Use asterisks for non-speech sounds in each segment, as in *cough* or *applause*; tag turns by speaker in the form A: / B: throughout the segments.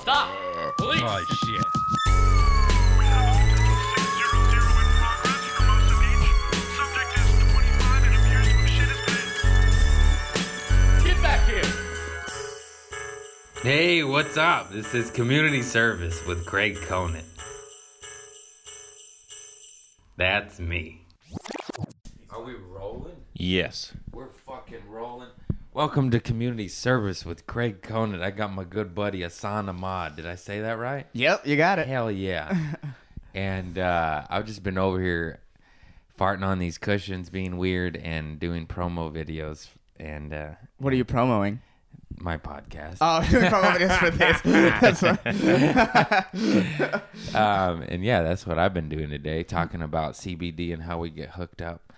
A: Stop! Police!
B: Uh,
C: Oh shit.
A: Get back here!
B: Hey, what's up? This is Community Service with Greg Conant. That's me. Are we rolling?
C: Yes.
B: We're fucking rolling. Welcome to Community Service with Greg Conant. I got my good buddy Asan Ahmad. Did I say that right?
D: Yep, you got it.
B: Hell *laughs* yeah. and uh, I've just been over here farting on these cushions, being weird, and doing promo videos and uh,
D: What are you promoting?
B: my podcast.
D: Oh, *laughs* you're promoting this for this.
B: *laughs*
D: That's what-
B: um, and yeah, that's what I've been doing today, talking about CBD and how we get hooked up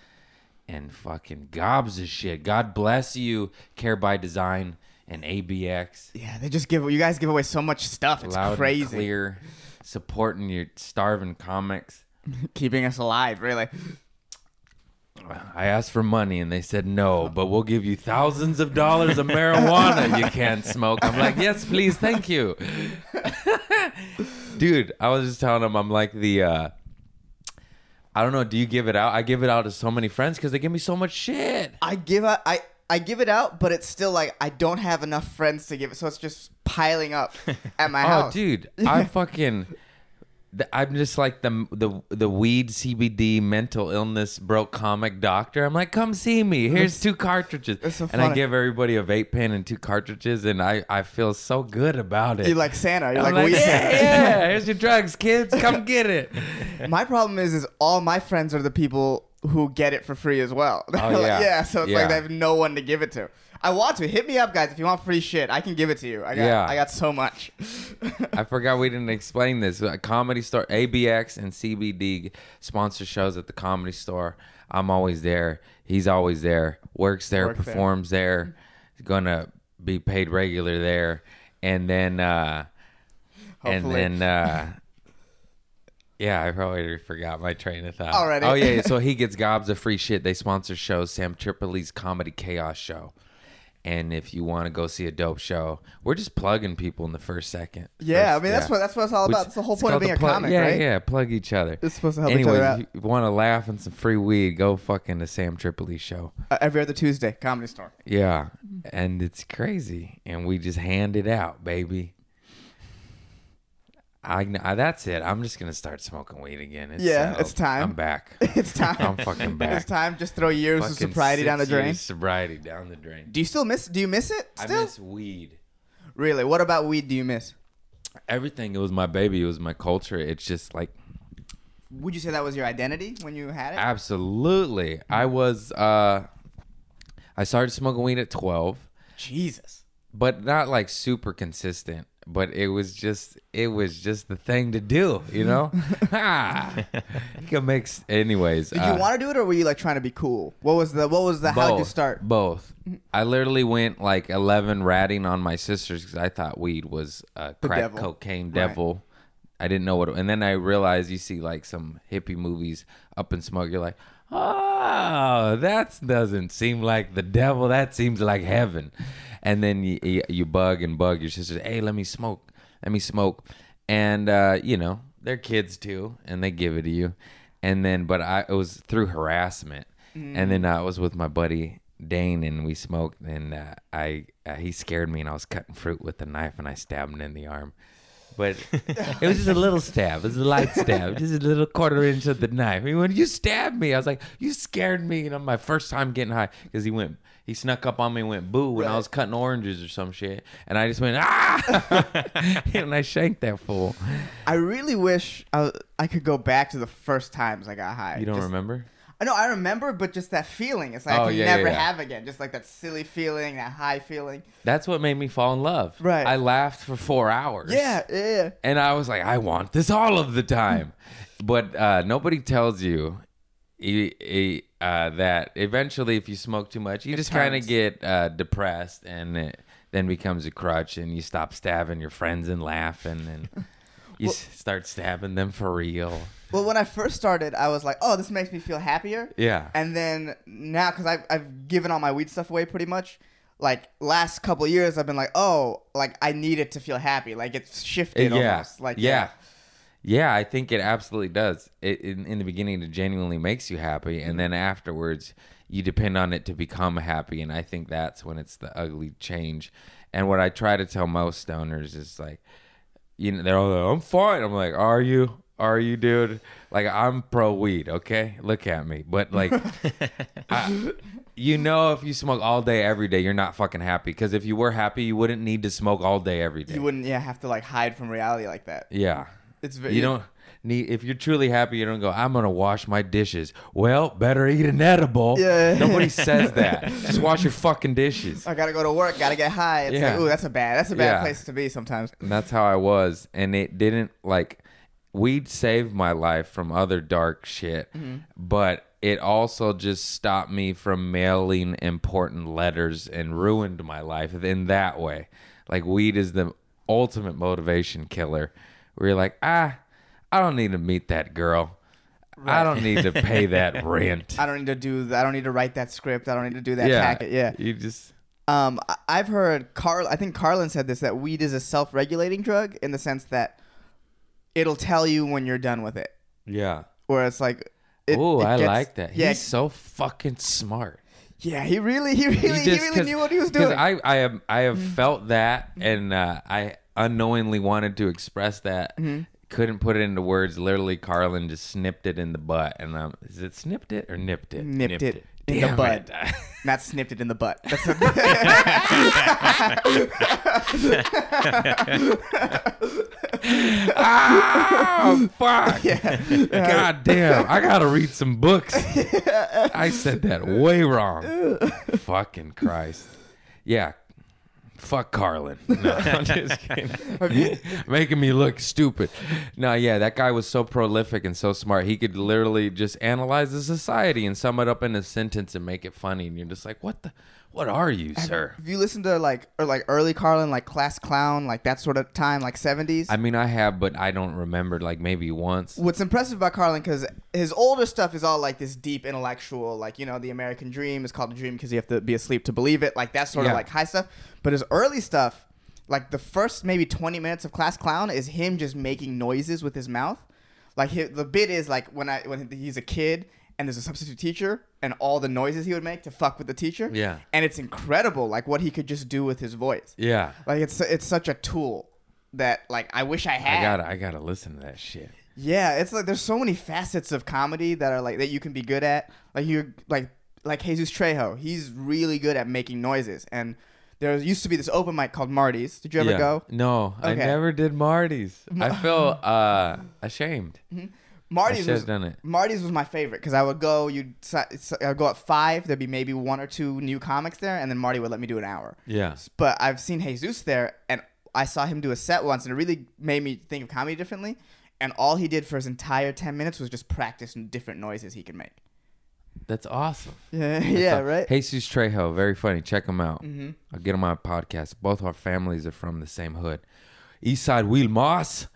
B: and fucking gobs of shit. God bless you, Care by Design and ABX.
D: yeah, they just give you guys give away so much stuff. It's
B: loud
D: crazy.
B: and clear, supporting your starving comics.
D: Keeping us alive, really.
B: I asked for money and they said no, but we'll give you thousands of dollars of marijuana you can't smoke. I'm like, yes, please, thank you. *laughs* Dude, I was just telling them, I'm like the, uh, I don't know, do you give it out? I give it out to so many friends because they give me so much shit.
D: I give out I I give it out, but it's still like I don't have enough friends to give it, so it's just
B: *laughs*
D: piling up at my
B: Oh,
D: house. *laughs*
B: dude, I fucking, th- I'm just like the the the weed CBD mental illness broke comic doctor. I'm like, come see me. Here's two cartridges,
D: that's so
B: and I
D: funny.
B: give everybody a vape pen and two cartridges, and I I feel so good about it.
D: You're like Santa. You're
B: I'm
D: like, we
B: yeah,
D: Santa. *laughs*
B: yeah. Here's your drugs, kids. Come get it.
D: My problem is, is all my friends are the people who get it for free as well. They're *laughs* like,
B: Oh, yeah.
D: so it's
B: Yeah.
D: like they have no one to give it to. I want to hit me up, guys. If you want free shit, I can give it to you. I got,
B: Yeah.
D: I got so much. *laughs*
B: I forgot we didn't explain this. A comedy store, ABX and CBD sponsor shows at the comedy store. I'm always there. He's always there. Works there,
D: Work there.
B: performs there. He's gonna be paid regular there, and then uh, and
D: Hopefully.
B: then uh, yeah, I probably forgot my train of thought
D: Already.
B: Oh yeah, so he gets gobs of free shit. They sponsor shows, Sam Tripoli's comedy chaos show. And if you want to go see a dope show, we're just plugging people in the first second.
D: Yeah, I
B: First-
D: mean that's what that's what it's all
B: Which-
D: about. That's the whole
B: it's
D: point of
B: called
D: being
B: the
D: a
B: plug-
D: comic,
B: yeah,
D: right?
B: Yeah, plug each other.
D: It's supposed to help each
B: anyway,
D: other out.
B: if you want to laugh and some free weed, go fucking to Sam Tripoli show.
D: Uh, every other Tuesday, comedy store. *laughs*
B: Yeah, and it's crazy, and we just hand it out, baby. I, kn- I that's it. I'm just gonna start smoking weed again. It's
D: Yeah,
B: settled.
D: it's time.
B: I'm back.
D: *laughs* It's time.
B: I'm fucking back.
D: *laughs* It's time. Just throw years of
B: Fucking
D: sobriety down the
B: six
D: drain.
B: years sobriety down the drain.
D: Do you still miss? Do you miss it? Still?
B: I miss weed.
D: really? What about weed? Do you miss?
B: Everything. It was my baby. It was my culture. It's just like
D: Would you say that was your identity when you had it?
B: Ah. Absolutely. I was uh I started smoking weed at 12,
D: Jesus.
B: but not like super consistent, but it was just it was just the thing to do, you
D: *laughs*
B: know? *laughs* Ha. you can make s- anyways. uh,
D: Did you want to do it, or were you like trying to be cool? What was the What was the How did you start? Mm-hmm.
B: Both. I literally went like 11 ratting on my sisters because I thought weed was a crack
D: devil.
B: cocaine
D: Right.
B: devil. I didn't know what, and then I realized you see like some hippie movies up in smoke. You're like, oh, that doesn't seem like the devil. That seems like heaven. And then you you- you bug and bug your sisters. Hey, let me smoke. Let me smoke. And uh, you know they're kids too, and they give it to you. And then, but I it was through harassment. And then I was with my buddy Dane, and we smoked. And uh, I uh, he scared me, and I was cutting fruit with a knife, and I stabbed him in the arm. But it was just a little stab. It was a light stab, just a little quarter inch of the knife. He went, "You stabbed me." I was like, "You scared me," and I'm my first time getting high because he went, he snuck up on me and went boo when I
D: Right.
B: was cutting oranges or some shit, and I just went ah, *laughs* and I shanked that fool.
D: I really wish I, I could go back to the first times I got high.
B: You don't
D: Just-
B: remember?
D: I know I remember, but just that feeling. It's like
B: Oh,
D: I can
B: yeah, yeah,
D: never
B: yeah.
D: have again. Just like that silly feeling, that high feeling.
B: That's what made me fall in love.
D: Right.
B: I laughed for four hours.
D: Yeah, yeah.
B: And I was like, I want this all of the time. but uh, nobody tells you e- e- uh, that eventually, if you smoke too much, you just kind of
D: turns.
B: get uh, depressed and it then becomes a crutch and you stop stabbing your friends and laughing and you s start stabbing them for real.
D: Well, when I first started, I was like, oh, this makes me feel happier.
B: Yeah.
D: And then now, because I've, I've given all my weed stuff away pretty much, like last couple years I've been like, oh, like I need it to feel happy. Like it's shifted
B: yeah.
D: almost. Like
B: yeah. Yeah, I think it absolutely does. It, in, in the beginning, it genuinely makes you happy,
D: Mm-hmm.
B: and then afterwards, you depend on it to become happy. And I think that's when it's the ugly change. And what I try to tell most stoners is like, you know, they're all like, "I'm fine." I'm like, "Are you? Are you, dude? Like, I'm pro weed. Okay, look at me." But
D: *laughs*
B: like, I- you know, if you smoke all day every day, you're not fucking happy. Because if you were happy, you wouldn't need to smoke all day every day.
D: You wouldn't yeah have to like hide from reality like that.
B: Yeah.
D: It's very
B: You don't need if you're truly happy, you don't go, I'm gonna wash my dishes. Well, better eat an edible.
D: Yeah.
B: Nobody says *laughs* that. Just wash your fucking dishes.
D: I gotta go to work, gotta get high. It's
B: Yeah.
D: like, ooh, that's a bad that's a bad
B: Yeah.
D: place to be sometimes.
B: And that's how I was. And it didn't like weed saved my life from other dark shit,
D: Mm-hmm.
B: but it also just stopped me from mailing important letters and ruined my life in that way. Like weed is the ultimate motivation killer where you're like, ah, I don't need to meet that girl. I don't need to pay
D: *laughs*
B: that rent.
D: I don't need to do I don't need to write that script. I don't need to do that
B: yeah.
D: packet. Yeah.
B: You just
D: Um, I- I've heard Carl. I think Carlin said this that weed is a self-regulating drug in the sense that it'll tell you when you're done with it,
B: Yeah.
D: where it's like. It,
B: Oh,
D: it
B: I
D: gets-
B: like that.
D: Yeah,
B: He's so fucking smart.
D: yeah. He really, he really, he,
B: just-
D: really
B: 'cause-
D: knew what he was
B: 'cause
D: doing.
B: I, I have, I have felt that, and uh, I unknowingly wanted to express that.
D: Mm-hmm.
B: Couldn't put it into words. Literally, Carlin just snipped it in the butt, and um, is it snipped it or nipped it?
D: nipped, it, in
B: Damn
D: the
B: it. *laughs*
D: butt, not snipped it in the butt. That's a,
B: oh fuck! God damn! I gotta read some books. I said that way wrong. Fucking Christ! Yeah, fuck Carlin. No, *laughs* I'm just kidding. *laughs* Making me look stupid. No, yeah, that guy was so prolific and so smart. He could literally just analyze the society and sum it up in a sentence and make it funny. And you're just like, what the? What are you, sir?
D: if you listen to like or like early Carlin, like class clown, like that sort of time, like seventies.
B: I mean, I have, but I don't remember. Like maybe once.
D: what's impressive about Carlin because his older stuff is all like this deep intellectual, like you know, the American dream is called a dream because you have to be asleep to believe it, like that sort
B: Yeah.
D: of like high stuff. But his early stuff, like the first maybe twenty minutes of Class Clown, is him just making noises with his mouth. Like hi the bit is like when I when he's a kid and there's a substitute teacher and all the noises he would make to fuck with the teacher.
B: Yeah.
D: and it's incredible like what he could just do with his voice.
B: Yeah.
D: Like it's it's such a tool that like I wish I had.
B: I gotta, I gotta listen to that shit.
D: Yeah, it's like there's so many facets of comedy that are like that you can be good at. Like you're like like Jesus Trejo, he's really good at making noises. And there used to be this open mic called Marty's. Did you ever
B: Yeah.
D: go?
B: No, I
D: Okay.
B: never did Marty's.
D: *laughs*
B: I feel uh, ashamed.
D: Marty's
B: should've
D: was
B: done it.
D: Marty's was my favorite because I would go. You'd si- si- I'd go at five. There'd be maybe one or two new comics there, and then Marty would let me do an hour.
B: Yeah.
D: But I've seen Jesus there, and I saw him do a set once, and it really made me think of comedy differently. And all he did for his entire ten minutes was just practice different noises he could make. *laughs*
B: That's awesome.
D: Yeah, yeah,
B: So,
D: right.
B: Jesus Trejo, very funny. Check him out. I'll get him on a podcast. Both our families are from the same hood. East Side Wheel Moss.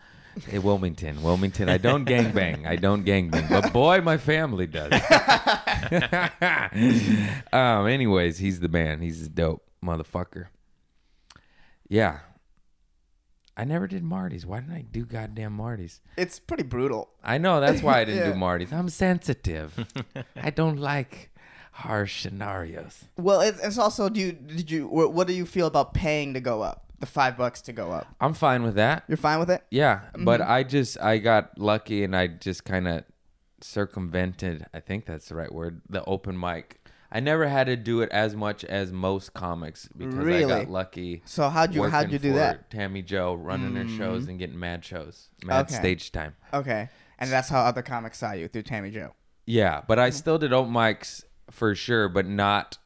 B: In Wilmington, Wilmington. I don't gangbang. I don't gangbang. But boy, my family does. *laughs* um, anyways, he's the man. He's a dope motherfucker. Yeah. I never did Marty's. Why didn't I do goddamn Marty's?
D: It's pretty brutal.
B: I know that's why I didn't
D: Yeah.
B: do Marty's. I'm sensitive. I don't like harsh scenarios.
D: Well, it's, it's also do you did you wh- what do you feel about paying to go up the five bucks to go up?
B: I'm fine with that.
D: You're fine with it?
B: Yeah, but
D: Mm-hmm.
B: I just I got lucky and I just kind of circumvented. I think that's the right word. The open mic. I never had to do it as much as most comics because I
D: Really?
B: got lucky.
D: So how'd you how'd
B: working
D: you do
B: for
D: that? Mm.
B: Tammy Joe running her shows and getting mad shows, mad
D: Okay.
B: stage time.
D: Okay, and that's how other comics saw you through Tammy Joe.
B: Yeah, but
D: Mm-hmm.
B: I still did open mics for sure, but not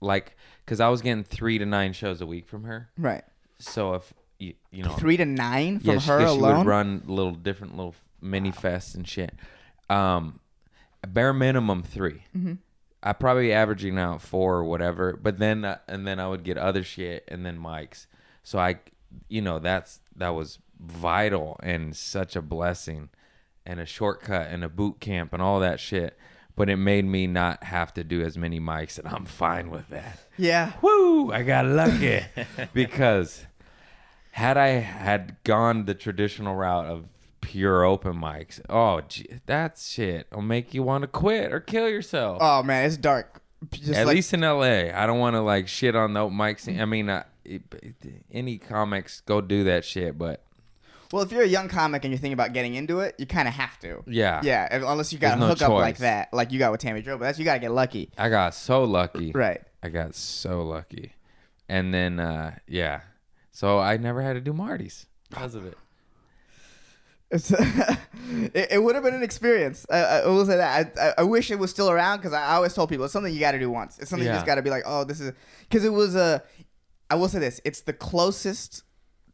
B: like because I was getting three to nine shows a week from her.
D: Right,
B: So if you you know
D: three to nine from
B: yeah, she-
D: her
B: 'cause she,
D: alone.
B: would run little different little mini fests and shit. Um, bare minimum 3
D: Mm-hmm.
B: I probably averaging out four or whatever. But then uh, and then I would get other shit and then mics. So I, you know, that's that was vital and such a blessing and a shortcut and a boot camp and all that shit. but it made me not have to do as many mics, and I'm fine with that.
D: Yeah.
B: Woo! I got
D: *laughs*
B: lucky because had I had gone the traditional route of pure open mics, oh, gee, that shit will make you want to quit or kill yourself.
D: Oh man, it's dark. Just
B: At
D: like,
B: least in LA, I don't want to like shit on the open mic scene. I mean, uh, it- it- any comics go do that shit, but
D: well, if you're a young comic and you're thinking about getting into it, you kind of have to.
B: yeah,
D: Yeah, and unless you got
B: There's no
D: a hookup like
B: choice.
D: that, like you got with Tammy Joe, but that's you gotta get lucky.
B: I got so lucky.
D: Right.
B: I got so lucky. And then uh yeah. So I never had to do Marty's because of it.
D: It's- *laughs* it it would have been an experience. I, I I will say that. I, I, I wish it was still around because I, I always told people it's something you got to do once. It's something you
B: Yeah.
D: just got to be like, oh, this is because it was a. I will say this: it's the closest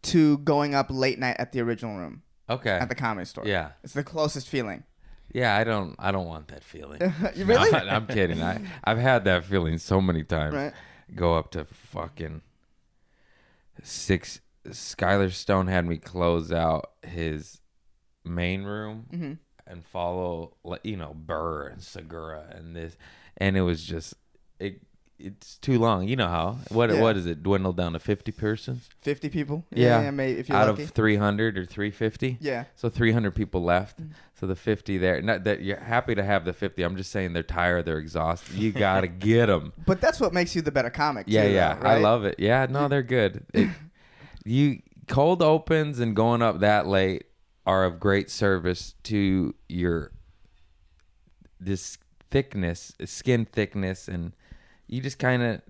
D: to going up late night at the original room
B: Okay.
D: at the comedy store.
B: Yeah.
D: it's the closest feeling. *laughs*
B: Yeah, I don't I don't want that feeling.
D: You really?
B: No, I'm kidding. I I've had that feeling so many times.
D: Right.
B: Go up to fucking six Skylar Stone had me close out his main room
D: Mm-hmm.
B: and follow like, you know Burr and Segura and this and it was just it it's too long. You know how what
D: Yeah.
B: what is it dwindled down to 50 persons?
D: Fifty people.
B: Yeah.
D: yeah maybe if you're
B: out
D: lucky.
B: of 300 or 350
D: Yeah. Mm.
B: so 300 people left so the 50 there not that you're happy to have the 50 i'm just saying they're tired they're exhausted you gotta get them
D: but that's what makes you the better comic.
B: yeah
D: too, though,
B: yeah i
D: right?
B: love it yeah no they're good
D: *laughs*
B: It- you cold opens and going up that late are of great service to your this thickness skin thickness and you just kind of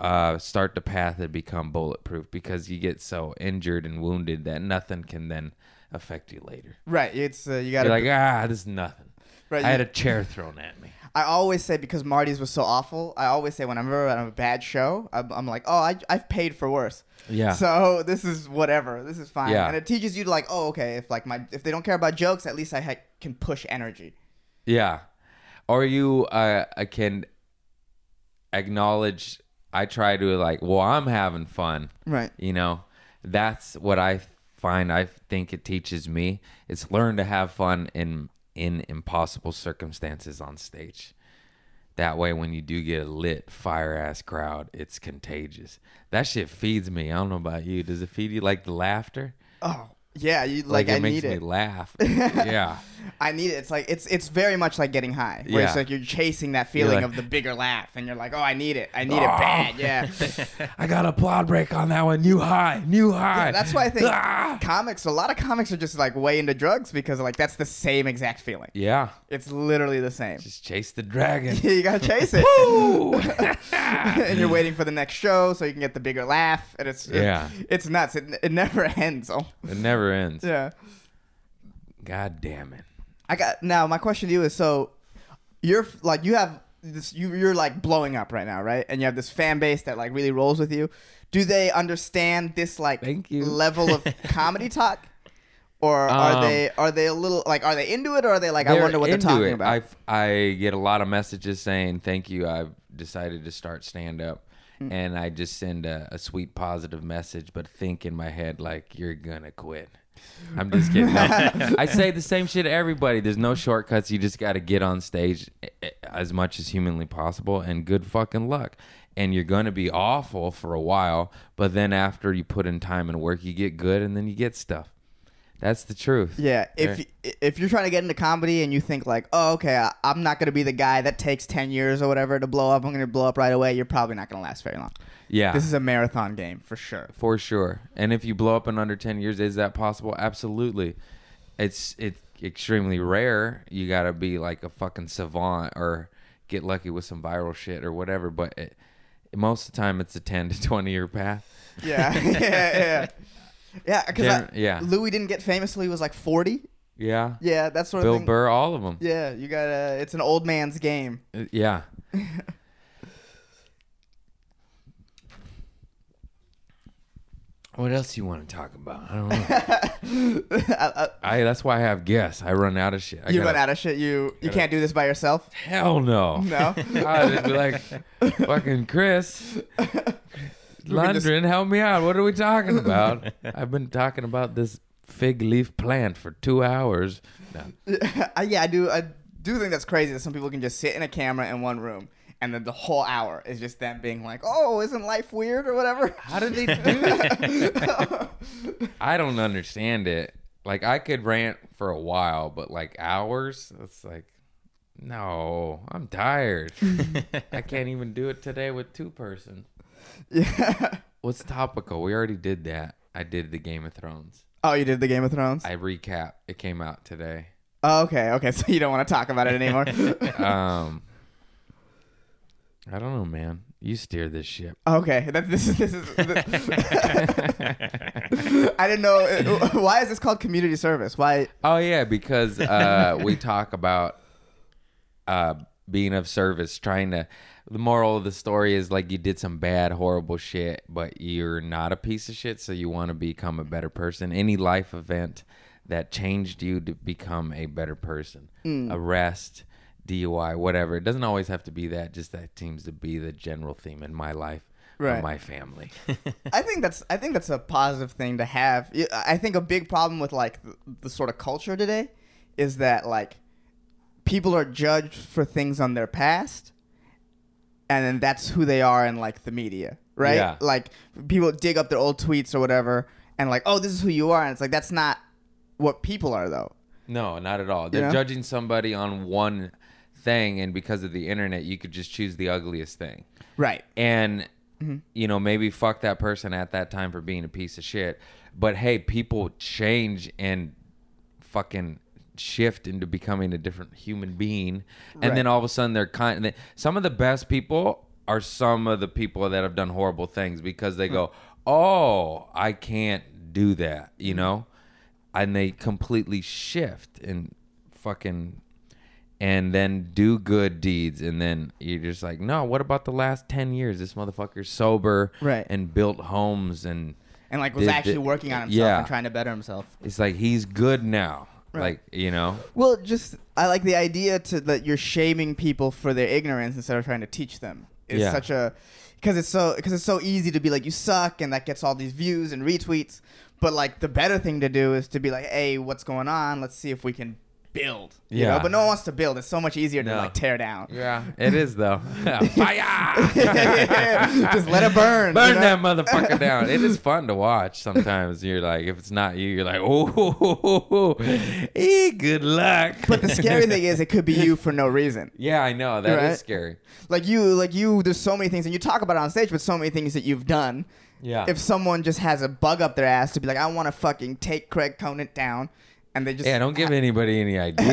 B: uh, start the path and become bulletproof because you get so injured and wounded that nothing can then affect you later.
D: Right. It's uh, you got
B: You're
D: to
B: like, ah, this is nothing.
D: Right,
B: I had
D: Uh, you-
B: a chair thrown at me.
D: I always say because Marty's was so awful. I always say whenever I'm on a bad show, I'm, I'm like, oh, I, I've paid for worse.
B: Yeah.
D: *laughs* So this is whatever. This is fine.
B: Yeah.
D: And it teaches you to like, oh, okay, if like my if they don't care about jokes, at least I ha- can push energy.
B: Yeah. Or you uh, I can acknowledge, I try to like, well, I'm having fun.
D: Right.
B: You know, that's what I find. I think it teaches me. It's learn to have fun in in impossible circumstances on stage. That way, when you do get a lit fire ass crowd, it's contagious. That shit feeds me. I don't know about you. Does it feed you like the laughter?
D: Oh yeah, you
B: Like,
D: like,
B: it
D: I
B: makes
D: need
B: me
D: it. *laughs*
B: laugh. yeah.
D: I need it. It's like it's it's very much like getting high. Where it's
B: Yeah.
D: like you're chasing that feeling
B: like-
D: of the bigger laugh, and you're like, oh, I need it. I need it
B: Oh.
D: bad.
B: *laughs*
D: Yeah. *laughs*
B: I got a plod break on that one. New high, new high.
D: Yeah, that's why I think
B: Ah!
D: comics. A lot of comics are just like way into drugs because like that's the same exact feeling.
B: Yeah,
D: It's literally the same.
B: just chase the dragon.
D: *laughs* you gotta chase it.
B: *laughs* Woo!
D: *laughs* and you're waiting for the next show so you can get the bigger laugh, and it's
B: Yeah.
D: it's nuts. It, it never *laughs* ends. Oh,
B: it never ends.
D: yeah.
B: God damn it.
D: I got now. My question to you is: so you're f- like you have this, you you're like blowing up right now, right? And you have this fan base that like really rolls with you. Do they understand this like
B: Thank you. *laughs*
D: level of comedy talk, or are
B: Um,
D: they are they a little like are they into it, or are they like I wonder what they're
B: into
D: talking
B: it.
D: about?
B: I I get a lot of messages saying thank you. I've decided to start stand up,
D: Hmm.
B: and I just send a, a sweet positive message, but think in my head like you're gonna quit. I'm just kidding.
D: *laughs*
B: No. I say the same shit to everybody. There's no shortcuts. You just got to get on stage eh, eh, as much as humanly possible, and good fucking luck. And you're gonna be awful for a while, but then after you put in time and work, you get good, and then you get stuff. That's the truth.
D: Yeah, if y- if you're trying to get into comedy and you think like, oh, okay, I, I'm not gonna be the guy that takes ten years or whatever to blow up. I'm gonna blow up right away. You're probably not gonna last very long.
B: Yeah.
D: This is a marathon game for sure.
B: for sure. And if you blow up in under ten years, is that possible? Absolutely. It's it's extremely rare. You gotta be like a fucking savant or get lucky with some viral shit or whatever. But it, most of the time, it's a ten to twenty year path.
D: *laughs* Yeah, yeah, yeah, yeah. Because
B: Gen- yeah.
D: Louis didn't get famous till he was like 40.
B: Yeah.
D: Yeah, that sort of
B: Bill
D: thing.
B: Burr, all of them.
D: Yeah, you gotta. It's an old man's game.
B: Uh, Yeah. What else you want to talk about? I
D: *laughs*
B: don't know.
D: I-
B: I that's why I have guests. I run out of shit. I
D: I- you
B: gotta-
D: run out of shit. You you can't do this by yourself.
B: *laughs* Hell no.
D: No. *laughs*
B: I'd just be like, fucking *laughs* Chris, London, help me out. What are we talking about? I've been talking about this fig leaf plant for two hours. No.
D: I- yeah, I do. I do think that's crazy that some people can just sit in a camera in one room and then the whole hour is just them being like, "Oh, isn't life weird?" or whatever.
B: *laughs* How
D: *laughs*
B: did they do that? I don't understand it. Like I could rant for a while, but like hours, it's like no, I'm *laughs* tired. I can't even do it today with two person.
D: yeah.
B: What's topical? We already did that. I did the Game of Thrones.
D: Oh, you did the Game of Thrones.
B: I recap. It came out today.
D: oh, okay, okay. *laughs* So you don't want to talk about it anymore.
B: *laughs* Um I don't know, man. You steer this ship.
D: okay, that, this is this is. *laughs* I didn't know. uh, Why is this called community service? Why?
B: Oh yeah, because uh, we talk about uh, being of service, trying to. The moral of the story is like you did some bad, horrible shit, but you're not a piece of shit, so you want to become a better person. Any life event that changed you to become a better person, arrest, DUI, whatever. It doesn't always have to be that. Just that seems to be the general theme in my life, or
D: Right.
B: my family.
D: I think that's I think that's a positive thing to have. Y- I think a big problem with like the, the sort of culture today is that like people are judged for things on their past, and then that's who they are in like the media, right?
B: Yeah.
D: Like people dig up their old tweets or whatever, and like, oh, this is who you are, and it's like that's not what people are though.
B: No, not at all. They're
D: know?
B: judging somebody on one thing, and because of the internet, you could just choose the ugliest thing.
D: Right.
B: And, you know, maybe fuck that person at that time for being a piece of shit. But hey, people change and fucking shift into becoming a different human being. And
D: Right.
B: then all of a sudden, they're kind Some of the best people are some of the people that have done horrible things because they go, oh, I can't do that, you know? and they completely shift and fucking and then do good deeds and then you're just like no what about the last 10 years this motherfucker's sober
D: Right.
B: and built homes and
D: And like was
B: Did-
D: actually
B: did-
D: working on himself
B: yeah.
D: and trying to better himself.
B: it's like he's good now
D: Right.
B: like you know
D: Well, just I like the idea to that you're shaming people for their ignorance instead of trying to teach them. It's
B: Yeah.
D: such a because it's so because it's so easy to be like you suck and that gets all these views and retweets. But like the better thing to do is to be like, hey, what's going on? Let's see if we can build. You know?
B: Yeah.
D: But no one wants to build. It's so much easier to
B: No.
D: like tear down.
B: yeah *laughs* it is though fire
D: *laughs* *laughs* just let it burn.
B: burn
D: you know?
B: that motherfucker down it is fun to watch sometimes you're like if it's not you you're like *laughs*
D: *laughs*
B: oh eh, good luck
D: But the scary thing is, it could be you for no reason.
B: *laughs* yeah i know that is
D: Right.
B: scary
D: Like you, like you. There's so many things, and you talk about it on stage, but so many things that you've done
B: yeah
D: if someone just has a bug up their ass to be like, I want to fucking take Craig Conant down, and *laughs* they just
B: Yeah, don't give anybody any ideas.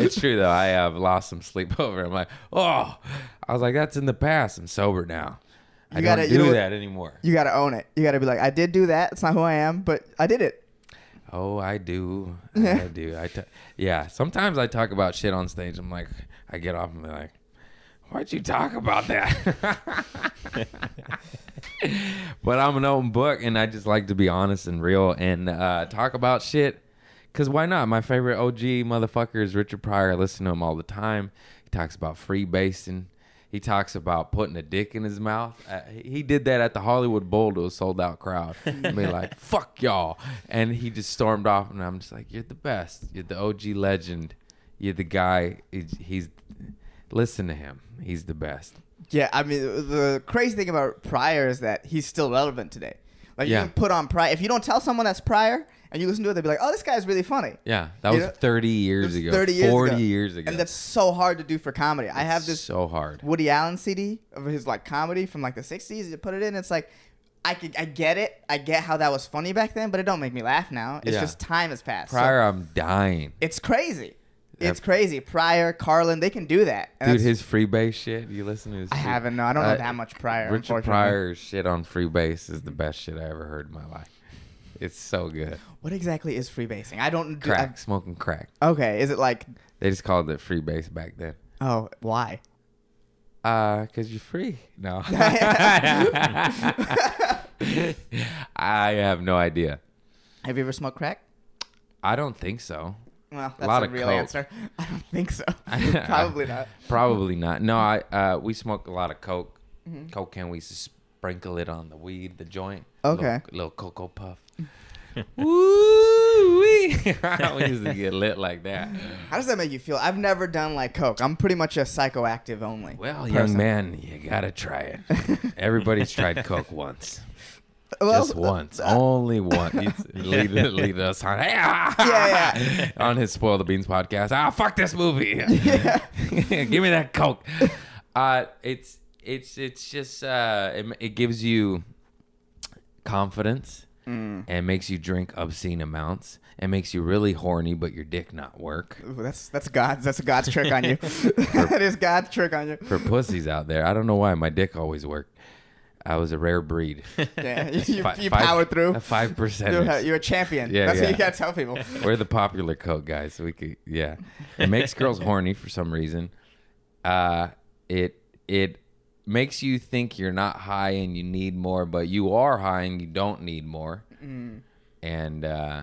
B: it's true though. I have lost some sleep *laughs* over. it. I'm like, oh, I was like, that's in the past. I'm sober now. I
D: You gotta-
B: don't
D: you
B: do
D: know what-
B: that anymore.
D: you gotta own it. You gotta be like, I did do that. It's not who I am, but I did it.
B: Oh, I do. I do. I t- yeah. Sometimes I talk about shit on stage. I'm like, I get off and be like, why'd you talk about that? *laughs* but I'm an open book, and I just like to be honest and real and uh, talk about shit. Cause why not? My favorite OG motherfucker is Richard Pryor. I listen to him all the time. He talks about free basing. He talks about putting a dick in his mouth. Uh, he- he did that at the Hollywood Bowl to a sold out
D: *laughs*
B: crowd. I mean, like fuck y'all, and he just stormed off. And I'm just like, you're the best. You're the OG legend. You're the guy. He's, he's listen to him. He's the best.
D: Yeah, I mean, the crazy thing about Pryor is that he's still relevant today. Like
B: Yeah.
D: you can put on Pryor. If you don't tell someone that's Pryor and you listen to it, they'd be like, "Oh, this guy's really funny."
B: Yeah, that
D: You
B: was
D: know,
B: 30 years
D: It's
B: ago.
D: 30 years
B: 40
D: ago.
B: years ago.
D: and that's so hard to do for comedy. I have this
B: so hard.
D: Woody Allen CD of his like comedy from like the '60s. You put it in, it's like I could, I get it, I get how that was funny back then, but it don't make me laugh now. It's
B: Yeah.
D: just time has passed. So
B: Pryor, I'm dying.
D: it's crazy.
B: Yep.
D: It's crazy. Pryor, Carlin, they can do that. And
B: Dude,
D: that's-
B: his freebase shit. You listen to his
D: I
B: free-
D: haven't. No, I don't know
B: Uh,
D: that much Pryor.
B: Richard
D: unfortunately.
B: Pryor's shit on freebase is the best shit I ever heard in my life. It's so good.
D: What exactly is freebasing? I don't. do-
B: Crack, smoking crack.
D: I- okay, is it like?
B: They just called it freebase back then.
D: Oh,
B: *laughs*
D: why? *laughs*
B: Uh, cause you're free. No, *laughs* I have no idea.
D: Have you ever smoked crack?
B: I don't think so.
D: Well, that's
B: lot
D: a
B: of
D: real
B: coke.
D: answer. *laughs* I don't
B: *laughs*
D: think so. Probably not.
B: Probably
D: Mm-hmm.
B: not. No, I uh, we smoke a lot of coke. Coke can we used to sprinkle it on the weed, the joint.
D: Okay. *laughs*
B: Little, little cocoa puff. Woo Wee! *laughs* I don't usually get lit like that.
D: How does that make you feel? I've never done like coke. I'm pretty much a psychoactive only.
B: Well,
D: person.
B: young man, you gotta try it. Everybody's tried coke once,
D: *laughs* Well, *laughs* uh,
B: just once, only once. He'd lead, lead us on, *laughs* hey, ah,
D: Yeah, yeah.
B: on his spoil the beans podcast. Ah, fuck this
D: *laughs*
B: movie. *laughs* Give me that coke. Uh, it's it's it's just uh, it, it gives you confidence
D: Mm.
B: and makes you drink obscene amounts and makes you really horny, but your dick not work.
D: Ooh, that's that's God's that's a God's
B: *laughs*
D: trick on you. *laughs* that is God's trick on you.
B: For pussies out there, I don't know why my dick always worked. I was a rare breed.
D: Yeah, *laughs* you, you,
B: Fi-
D: you
B: five-
D: power through.
B: a Five
D: You're,
B: percent.
D: you're a champion.
B: Yeah,
D: that's what
B: yeah.
D: you gotta
B: *laughs*
D: tell people.
B: We're the popular coat guys. We could, yeah. It makes girls horny for some reason. Uh, it it makes you think you're not high and you need more, but you are high and you don't need more. And uh,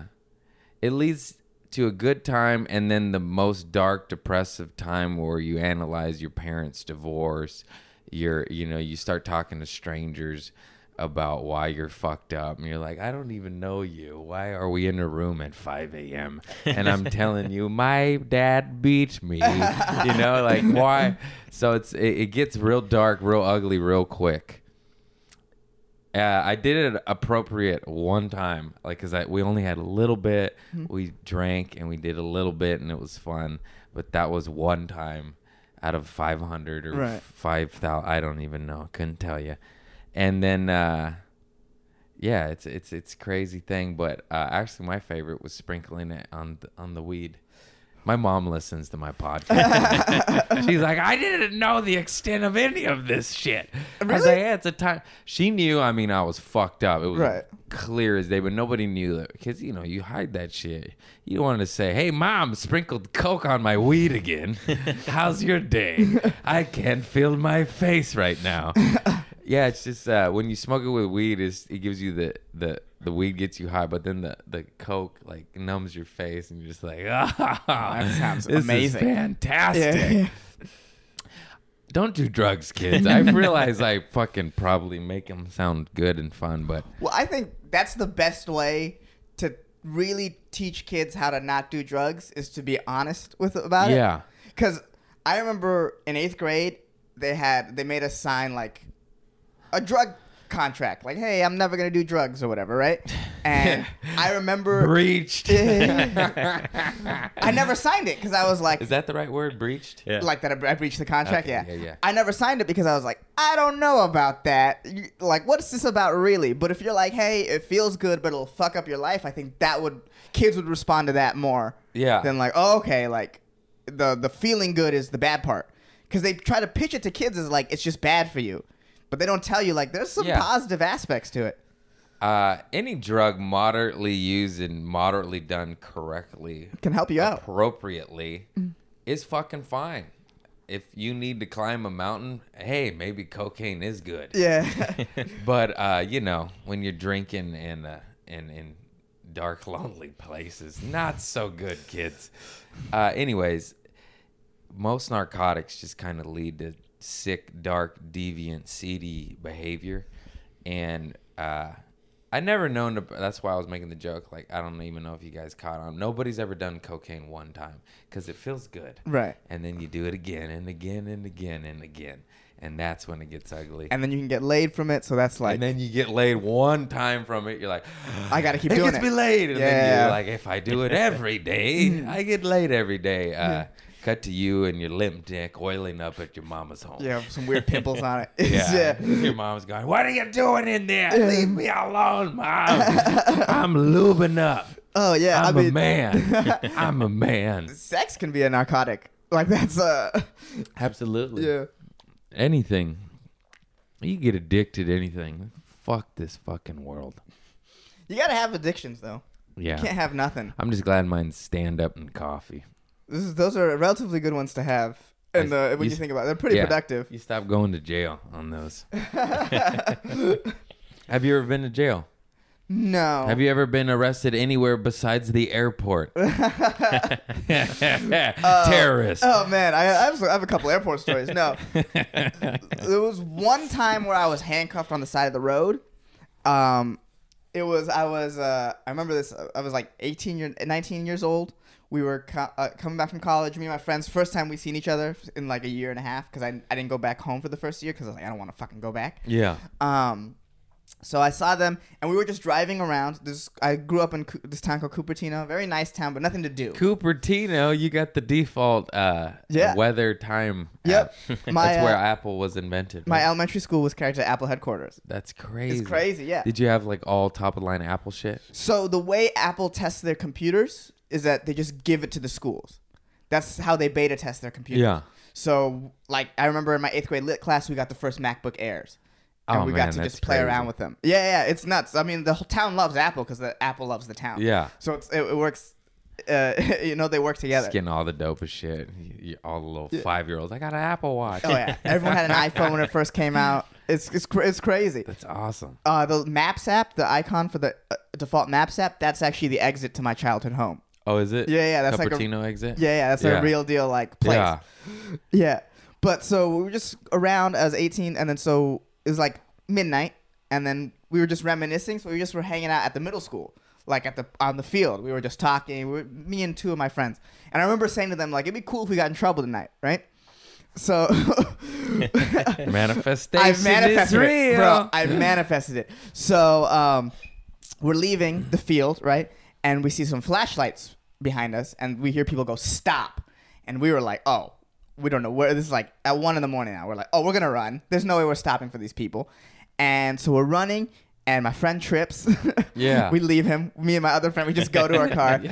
B: it leads to a good time and then the most dark depressive time where you analyze your parents divorce you're you know you start talking to strangers about why you're fucked up and you're like i don't even know you why are we in a room at 5 a.m and i'm telling you my dad beat me you know like why so it's it, it gets real dark real ugly real quick uh, I did it appropriate one time, like because we only had a little bit. We drank and we did a little bit, and it was fun. But that was one time out of five hundred or
D: Right.
B: five thousand. I don't even know. Couldn't tell you. And then, uh, yeah, it's it's it's a crazy thing. But uh, actually, my favorite was sprinkling it on the, on the weed. My mom listens to my podcast.
D: *laughs*
B: She's like, I didn't know the extent of any of this shit. I was
D: Really?
B: like, yeah, it's a time. She knew. I mean, I was fucked up. It was
D: Right.
B: clear as day, but nobody knew that because you know you hide that shit. You don't want to say, "Hey, mom, sprinkled coke on my weed again.
D: *laughs*
B: How's your day? I can't feel my face right now." yeah, it's just uh, when you smoke it with weed, is it gives you the the the weed gets you high, but then the the coke like numbs your face, and you're just like, *laughs* "Ah, that
D: sounds amazing."
B: fantastic."
D: Yeah.
B: *laughs* Don't do
D: *laughs*
B: drugs, kids. I realize I fucking probably make them sound good and fun,
D: *laughs*
B: but
D: Well, I think that's the best way to really teach kids how to not do drugs is to be honest with about it.
B: Yeah.
D: Because I remember in eighth grade, they had they made us sign like a drug contract, like "Hey, I'm never gonna do drugs" or whatever, right? And I remember
B: breached.
D: I never signed it because I was
B: *laughs*
D: like,
B: Is that the right word? Breached?
C: Yeah.
D: like that I I breached the contract.
B: Okay,
D: yeah.
B: yeah, yeah.
D: I never signed it because I was like, I don't know about that. You- Like, what's this about really? But if you're like, hey, it feels good, but it'll fuck up your life, I think that would kids would respond to that more.
B: Yeah.
D: Than like, oh, okay, like the the feeling good is the bad part because they try to pitch it to kids as like it's just bad for you, but they don't tell you like there's some
B: Yeah.
D: positive aspects to it.
B: Uh, any drug moderately used and moderately done correctly,
D: Can help you out.
B: appropriately, is fucking fine. If you need to climb a mountain, hey, maybe cocaine is good.
D: *laughs* Yeah.
B: *laughs* But uh, you know, when you're drinking in uh, in in dark, lonely places, not so good, kids. Uh, anyways, most narcotics just kind of lead to sick, dark, deviant, seedy behavior, and uh, I never known. To, that's why I was making the joke. Like, I don't even know if you guys caught on. Nobody's ever done cocaine one time because it feels good,
D: Right.
B: And then you do it again and again and again and again, and that's when it gets ugly
D: and then you can get laid from it, so that's like
B: and then you get laid one time from it. You're like,
D: I gotta keep
B: it
D: doing
B: gets
D: it.
B: me laid. And then
D: Yeah. Mm.
B: you're like, if I do it every day, I get laid every day. Uh, cut to you and your limp dick oiling up at your mama's home.
D: yeah, some weird pimples on it. *laughs*
B: *laughs* Yeah.
D: yeah.
B: Your mom's going, What are you doing in there? Leave me alone, mom.
D: *laughs*
B: I'm lubing up.
D: Oh yeah,
B: I'm
D: I mean,
B: a
D: *laughs*
B: man. I'm a man.
D: sex can be a narcotic. Like that's uh *laughs*
B: Absolutely.
D: yeah.
B: Anything. You get addicted to anything. Fuck this fucking world.
D: You gotta have addictions though.
B: Yeah.
D: You can't have nothing.
B: I'm just glad mine's stand up and coffee.
D: This is, those are relatively good ones to have. And
B: I-
D: uh, when
B: you
D: you,
B: s-
D: think about, it, they're pretty
B: Yeah.
D: productive.
B: You stop going to jail on those. *laughs* Have you ever been to jail?
D: No.
B: Have you ever been arrested anywhere besides the
D: *laughs*
B: airport? *laughs* Terrorist.
D: Oh man, I, I, have, I have a couple airport stories. No, there was one time where I was handcuffed on the side of the road, um, it was I was uh, I remember this uh, I was like 18 year 19 years old. We were co- uh, coming back from college. Me and my friends, first time we seen each other in like a year and a half because I, I didn't go back home for the first year because I was like I don't want to fucking go back.
B: *laughs* Yeah.
D: Um, so I saw them and we were just driving around. This I grew up in Coo- this town called Cupertino, very nice town, but nothing to
B: *laughs*
D: do.
B: Cupertino, you got the default uh,
D: Yeah.
B: weather time.
D: Yep.
B: app. *laughs*
D: My,
B: That's where
D: uh,
B: Apple was invented.
D: my
B: right?
D: elementary school was carried to Apple headquarters.
B: That's crazy.
D: It's crazy, yeah.
B: Did you have like all top of line Apple shit?
D: So the way Apple tests their computers is that they just give it to the schools. That's how they beta test their computers.
B: Yeah.
D: So like I remember in my eighth grade lit class, we got the first MacBook Airs, and
B: Oh,
D: we
B: man,
D: got to
B: that's
D: just play
B: crazy.
D: around with them. Yeah, yeah, it's nuts. I mean, the whole town loves Apple because the Apple loves the town.
B: Yeah.
D: So it's, it, it works. Uh, *laughs* you know, they work together.
B: Just getting all the dopest shit. You- you- All the little five year olds. I got an Apple Watch.
D: Oh yeah, everyone had an
B: *laughs*
D: iPhone when it first came out. It's it's cra- it's crazy.
B: That's awesome.
D: Uh, the Maps app, the icon for the uh, default Maps app, that's actually the exit to my childhood home.
B: Oh, is it?
D: Yeah, yeah, that's like a-
B: Cupertino exit.
D: Yeah, yeah, that's
B: Yeah.
D: a real deal like place.
B: Yeah.
D: Yeah. But so we were just around as 18, and then so it was like midnight, and then we were just reminiscing. So we just were hanging out at the middle school, like at the on the field. We were just talking. We were, me and two of my friends, and I remember saying to them like, "It'd be cool if we got in trouble tonight, right?" So *laughs*
B: Manifestation
D: I manifested
B: is
D: it,
B: real. *laughs*
D: bro. I manifested it. So um, we're leaving the field, right? And we see some flashlights behind us, and we hear people go, "Stop!" And we were like, "Oh, we don't know where." This is like at one in the morning now. We're like, "Oh, we're gonna run. There's no way we're stopping for these people." And so we're running. And my friend trips. *laughs*
B: Yeah.
D: we leave him. Me and my other friend, we just go
B: *laughs*
D: to our car. *laughs* Yo,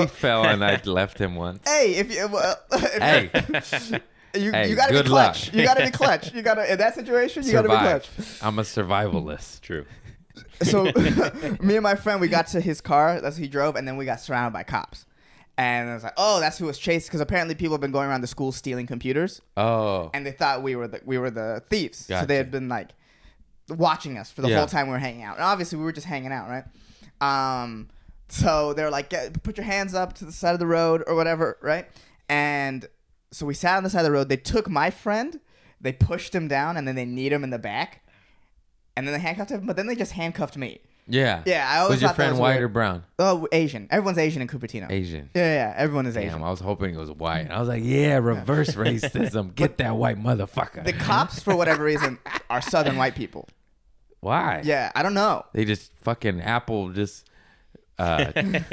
B: he fell and I left him once.
D: *laughs* hey, if you, well, if
B: Hey,
D: you,
B: hey,
D: you gotta
B: good
D: be clutch.
B: luck.
D: You
B: *laughs*
D: gotta be clutch. You gotta in that situation. You gotta be clutch.
B: survive. I'm a survivalist.
C: True.
B: *laughs*
D: so *laughs* me and my friend we got to his car that's he drove and then we got surrounded by cops and I was like, oh, that's who was chased because apparently people have been going around the school stealing computers,
B: Oh,
D: and they thought we were the we were the thieves. So
B: Gotcha.
D: they had been like watching us for the
B: Yeah.
D: whole time we were hanging out. And obviously we were just hanging out, right? Um, so they're like, "Get- put your hands up to the side of the road or whatever, right? And so we sat on the side of the road. They took my friend, they pushed him down, and then they kneed him in the back, and then they handcuffed him. But then they just handcuffed me.
B: yeah.
D: Yeah, I always
B: was your
D: thought that
B: friend
D: was
B: white
D: weird.
B: or brown?
D: Oh, Asian. Everyone's Asian in Cupertino.
B: Asian.
D: Yeah, yeah, everyone is Asian.
B: Damn, I was hoping it was white. I was like, yeah,
D: *laughs*
B: reverse racism. Get that white motherfucker.
D: The cops, for whatever
B: *laughs*
D: reason, are Southern white people.
B: Why?
D: Yeah, I don't know.
B: They just fucking Apple just
D: *laughs*
B: uh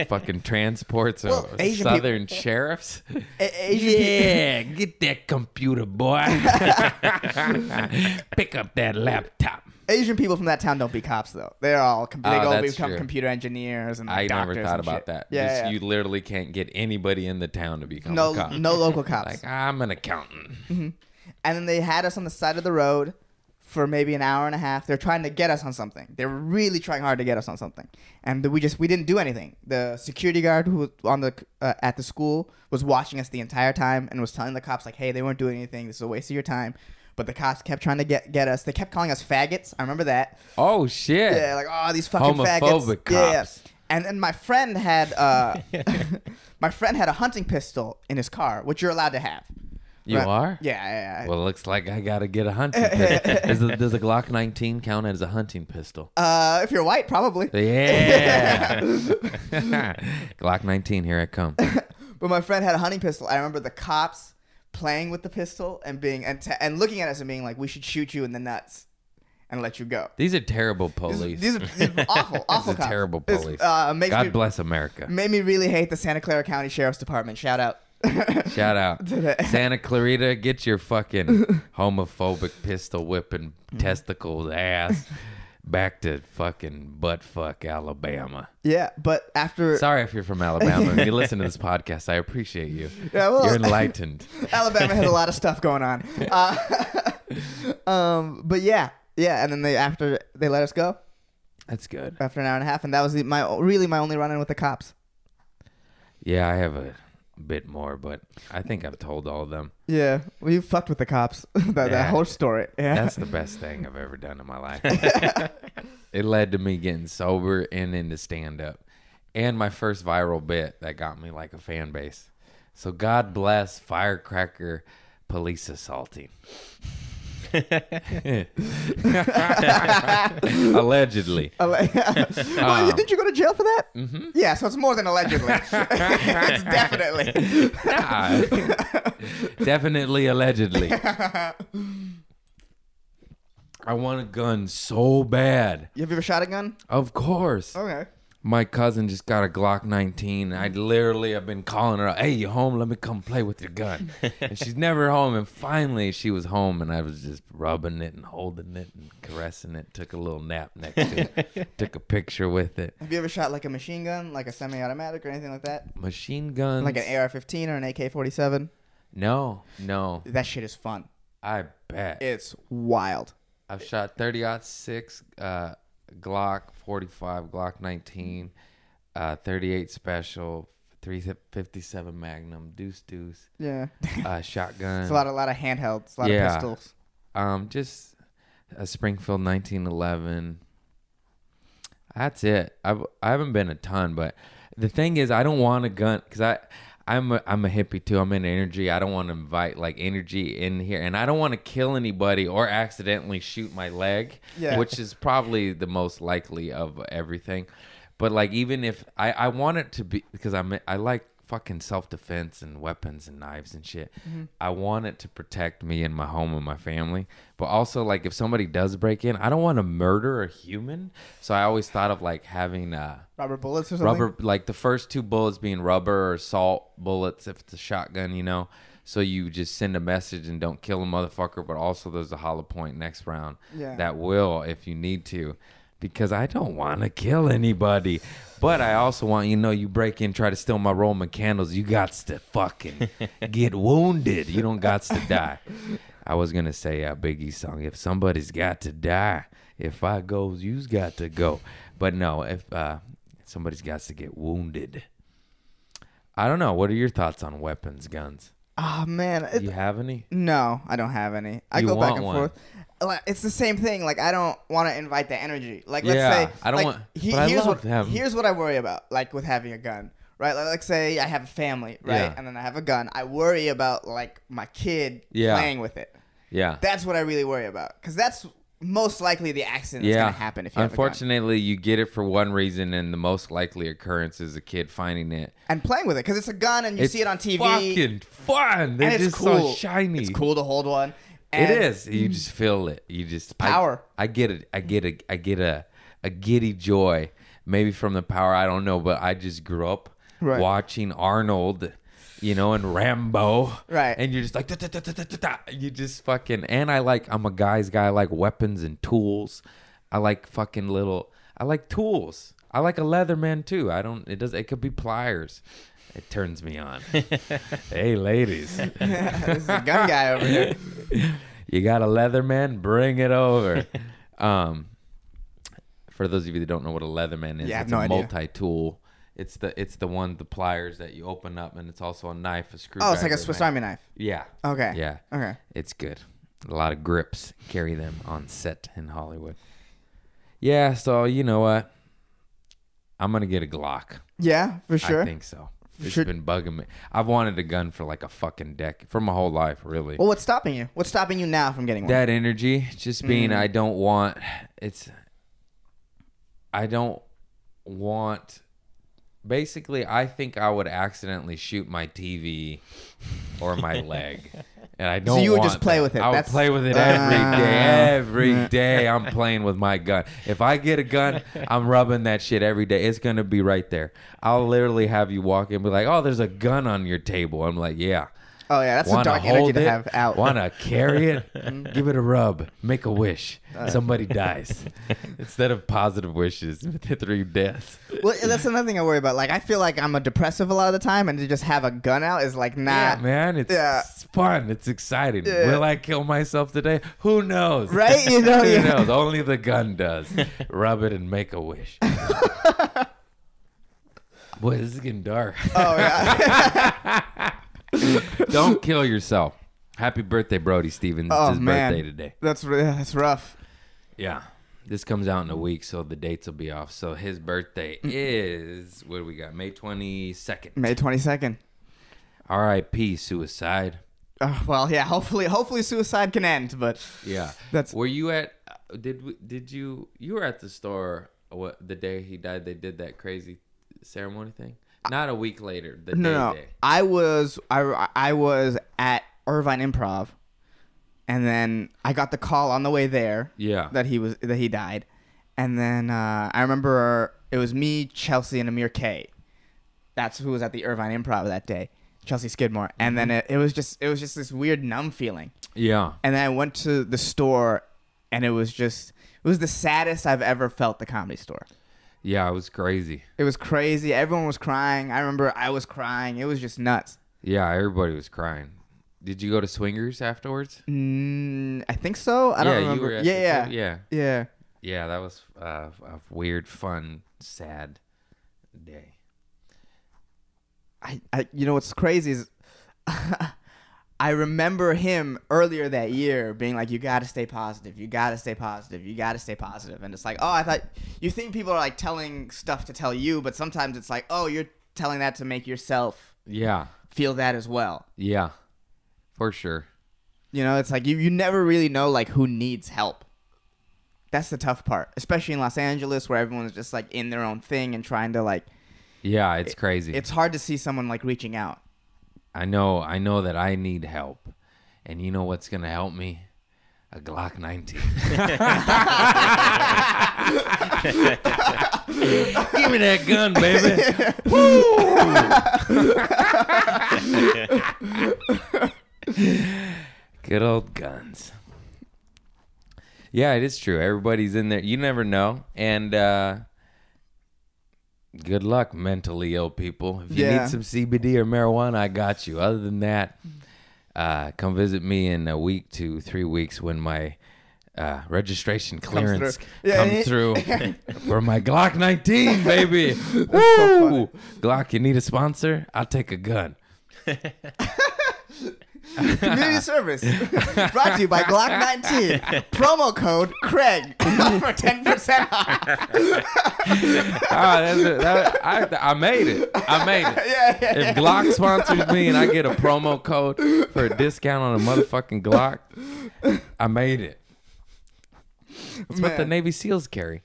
B: fucking transports
D: Well,
B: or
D: Asian people-
B: southern sheriffs.
D: A- Asian
B: yeah, get that computer,
D: *laughs*
B: boy. Pick up that laptop.
D: Asian people from that town don't be cops though. They're all com- they
B: Oh,
D: go
B: that's
D: become
B: true.
D: computer engineers and
B: I
D: like,
B: never
D: doctors.
B: thought
D: and
B: about
D: shit.
B: that.
D: Yeah,
B: just,
D: yeah.
B: You literally can't get anybody in the town to become a
D: no,
B: cop.
D: no local cops.
B: *laughs* Like I'm an accountant.
D: and then they had us on the side of the road for maybe an hour and a half. They're trying to get us on something. They were really trying hard to get us on something, and we just we didn't do anything. The security guard who was on the uh, at the school was watching us the entire time and was telling the cops like, "Hey, they weren't doing anything. This is a waste of your time." But the cops kept trying to get get us. They kept calling us faggots. I remember that.
B: Oh shit.
D: Yeah, like oh these fucking faggots.
B: Homophobic
D: Yeah, yeah.
B: cops.
D: And then my friend
B: *laughs*
D: had uh, *laughs* my friend had a hunting pistol in his car, which you're allowed to have.
B: You
D: Right.
B: are?
D: Yeah, yeah, yeah.
B: Well, it looks like I gotta get a hunting
D: *laughs*
B: pistol. does, the, does the Glock 19 count as a hunting pistol?
D: uh, if you're white, probably.
B: Yeah. *laughs* Glock 19, here I come.
D: But my friend had a hunting pistol. I remember the cops playing with the pistol and being and, t- and looking at us and being like, "We should shoot you in the nuts and let you go."
B: These are terrible
D: These-
B: police.
D: These, are, these are
B: *laughs*
D: awful, awful
B: These are
D: cops.
B: terrible
D: It's,
B: police.
D: uh, makes me,
B: God bless America.
D: Made me really hate the Santa Clara County Sheriff's Department. Shout out.
B: Shout *laughs* out. Santa Clarita, get your *laughs* fucking homophobic pistol whipping testicles ass back to fucking butt fuck Alabama.
D: *laughs* yeah, but after
B: Sorry if you're from Alabama and you listen *laughs* to this podcast. I appreciate you.
D: Yeah, well-
B: you're enlightened.
D: *laughs* Alabama has a lot of stuff going on. Uh, *laughs* um, but yeah, yeah. And then they after they let us go
B: *laughs* That's good.
D: after an hour and a half, and that was the, my really my only run-in with the cops.
B: Yeah, I have a bit more, but I think I've told all of them.
D: Yeah, we fucked with the cops. *laughs* that, that
B: Yeah.
D: whole story. Yeah, *laughs*
B: That's the best thing I've ever done in my life. it led to me getting sober and into stand up. And my first viral bit that got me like a fan base. So God bless firecracker police assaulting. Allegedly. *laughs*
D: *laughs* Alle- oh,
B: Um,
D: you- didn't you go to jail for that? Mm-hmm. Yeah, so it's more
B: *laughs*
D: than allegedly. it's definitely.
B: Nah. Definitely allegedly. I want a gun so bad.
D: You ever shot a gun?
B: Of course.
D: Okay.
B: My cousin just got a Glock 19. I literally have been calling her, hey, you home? Let me come play with your gun. and she's never home. And finally, she was home, and I was just rubbing it and holding it and caressing it. Took a little nap next to it. Took a picture with it.
D: Have you ever shot like a machine gun, like a semi-automatic or anything like that?
B: Mm. Machine guns.
D: Like an AR-15 or an AK-47?
B: No, no.
D: That shit is fun.
B: I bet.
D: It's wild.
B: I've shot 30 six, uh, Glock 45, Glock 19, uh, 38 special, 357 Magnum, Deuce Deuce,
D: Yeah.
B: uh, shotgun.
D: *laughs* It's a lot, of, lot of handhelds, a lot
B: Yeah.
D: of pistols.
B: um, just a Springfield 1911. That's it. I've, I haven't been a ton, but the thing is, I don't want a gun because I. I'm a, I'm a hippie too. I'm in energy. I don't want to invite like energy in here, and I don't want to kill anybody or accidentally shoot my leg,
D: Yeah.
B: which is probably the most likely of everything. But like, even if I I want it to be because I'm I like fucking self defense and weapons and knives and shit. I want it to protect me and my home and my family. But also like, if somebody does break in, I don't want to murder a human. So I always thought of like having uh
D: Rubber bullets or something?
B: rubber like the first two bullets being rubber or salt bullets if it's a shotgun you know so you just send a message and don't kill a motherfucker but also there's a hollow point next round
D: Yeah.
B: that will if you need to because i don't want to kill anybody but i also want you to know you break in try to steal my roman candles you got to fucking get wounded you don't got to die i was gonna say uh, biggie's song if somebody's got to die if i goes you's got to go but no if uh Somebody's got to get wounded. I don't know. What are your thoughts on weapons, guns?
D: Oh, man. It-
B: Do you have any?
D: No, I don't have any. I
B: You
D: go back
B: want
D: and
B: one.
D: forth. Like, It's the same thing. Like I don't want to invite the energy. Like let's
B: Yeah,
D: say
B: I don't
D: like,
B: want- but I
D: here's
B: love
D: what
B: them.
D: here's what I worry about. Like with having a gun, right? Like, like say I have a family, right?
B: Yeah.
D: And then I have a gun. I worry about like my kid
B: Yeah.
D: playing with it.
B: Yeah.
D: That's what I really worry about because that's most likely the accident that's
B: yeah.
D: gonna happen if you have a gun.
B: Unfortunately, you get it for one reason, and the most likely occurrence is a kid finding it.
D: And playing with it because it's a gun and you see it on TV
B: Fucking fun. They're
D: and it's
B: just
D: cool.
B: so shiny.
D: It's cool to hold one.
B: It
D: And *laughs*
B: is. You just feel it. You just I-
D: Power.
B: I, get it. I get a. I get a a giddy joy, maybe from the power. I don't know, but I just grew up
D: Right.
B: watching Arnold, you know, and Rambo.
D: Right.
B: And you're just like da, da, da, da, da, da, da. you just fucking. And I like. I'm a guy's guy. I like weapons and tools. I like fucking little. I like tools. I like a leather man too. I don't. It does. It could be pliers. It turns me
D: *laughs*
B: on. hey, ladies. *laughs*
D: This is a gun guy over *laughs* here.
B: You got a Leatherman? Bring it
D: *laughs*
B: over. um, for those of you that don't know what a Leatherman is,
D: Yeah, I have
B: it's
D: no
B: a
D: idea.
B: multi-tool. It's the it's the one the pliers that you open up, and it's also a knife, a screwdriver.
D: Oh, it's like a Swiss
B: man.
D: Army Oh. knife.
B: Yeah.
D: Okay.
B: Yeah.
D: Okay.
B: It's good. A lot of grips carry them on set in Hollywood. Yeah. So you know what? I'm gonna get a Glock.
D: Yeah, for
B: I
D: sure.
B: think so. It's
D: Should-
B: been bugging me. I've wanted a gun for like a fucking deck for my whole life, really.
D: Well, what's stopping you? What's stopping you now from getting one?
B: that energy just being i
D: Mm.
B: don't want it's i don't want basically i think i would accidentally shoot my tv or
D: *laughs*
B: my leg and i don't
D: you would
B: want
D: just play
B: that.
D: with it.
B: i would
D: That's-
B: play with it every day
D: Ah.
B: every day i'm playing with my gun if i get a gun i'm rubbing that shit every day it's gonna be right there i'll literally have you walk in and be like oh there's a gun on your table i'm like yeah
D: oh yeah, that's a
B: Wanna
D: dark energy
B: hold
D: to
B: it?
D: have out. Mm-hmm.
B: Wanna carry it? Give it a rub. Make a wish.
D: Uh.
B: Somebody
D: *laughs*
B: dies. Instead of positive wishes, the three deaths.
D: *laughs* Well, that's another thing I worry about. Like, I feel like I'm a depressive a lot of the time, and to just have a gun out is like, nah,
B: Yeah, man, it's,
D: Ah. Yeah.
B: it's fun. It's exciting.
D: Yeah.
B: Will I kill myself today? Who knows?
D: Right?
B: *laughs*
D: You know,
B: Who
D: yeah.
B: knows? Only the gun
D: *laughs*
B: does. Rub it and make a wish. Boy, this is getting dark.
D: Oh yeah.
B: *laughs* Don't kill yourself. Happy birthday, Brody Stevens. it's
D: oh
B: his
D: man,
B: birthday today.
D: that's r- yeah, that's rough.
B: Yeah. This comes out in a week, so the dates will be off. So his birthday
D: Mm.
B: is what do we got? May twenty second.
D: May twenty second.
B: R.I.P. Suicide.
D: Uh, well, yeah. Hopefully, hopefully, suicide can end. But
B: Yeah.
D: That's-
B: Were you at? uh, Did we, did you? You were at the store. What the day he died? They did that crazy ceremony thing. Not a week later. The
D: no,
B: day,
D: no.
B: day.
D: I was I I was at Irvine Improv, and then I got the call on the way there.
B: Yeah.
D: That he was that he died, and then uh, I remember it was me, Chelsea, and Amir K. That's who was at the Irvine Improv that day. Chelsea Skidmore, and then
B: Mm-hmm.
D: it, it was just it was just this weird numb feeling.
B: Yeah.
D: and then I went to the store, and it was just it was the saddest I've ever felt the comedy store.
B: Yeah. It was crazy.
D: It was crazy. Everyone was crying. I remember I was crying. It was just nuts.
B: Yeah. Everybody was crying. Did you go to swingers afterwards?
D: Mm, I think so. I don't
B: yeah.
D: remember.
B: You were at
D: yeah,
B: the-
D: yeah,
B: Yeah.
D: yeah.
B: Yeah. That was uh, a weird, fun, sad day.
D: I, I, you know what's crazy is, *laughs* I remember him earlier that year being like, "You gotta stay positive. You gotta stay positive. You gotta stay positive." And it's like, oh, I thought you think people are like telling stuff to tell you, but sometimes it's like, oh, you're telling that to make yourself
B: Yeah.
D: feel that as well.
B: Yeah. For sure.
D: You know, it's like you, you never really know like who needs help. That's the tough part, especially in Los Angeles where everyone's just like in their own thing and trying to like
B: Yeah. It's crazy.
D: it's hard to see someone like reaching
B: *laughs*
D: out.
B: I know, I know that I need help, and you know what's gonna help me? A Glock 19. Give me that gun, baby. Woo! Good old guns. Yeah, it is true. Everybody's in there. You never know, and uh, good luck, mentally ill people. If you
D: Yeah.
B: need some CBD or marijuana, I got you. Other than that, uh, come visit me in a week to three weeks when my uh, registration clearance
D: through. Yeah, yeah.
B: comes
D: *laughs*
B: through, for my Glock 19, baby. Woo!
D: funny.
B: Glock, you need a sponsor? I'll take a gun.
D: Community service *laughs* brought to you by Glock
B: *laughs*
D: 19. Promo code Craig *laughs* for 10%
B: *laughs*
D: off.
B: Ah, that's it. That- I, I made it. I made it.
D: Yeah, yeah,
B: If Glock sponsors me and I get a promo code for a discount on a motherfucking Glock, I made it. That's what the
D: Man.
B: Navy SEALs carry.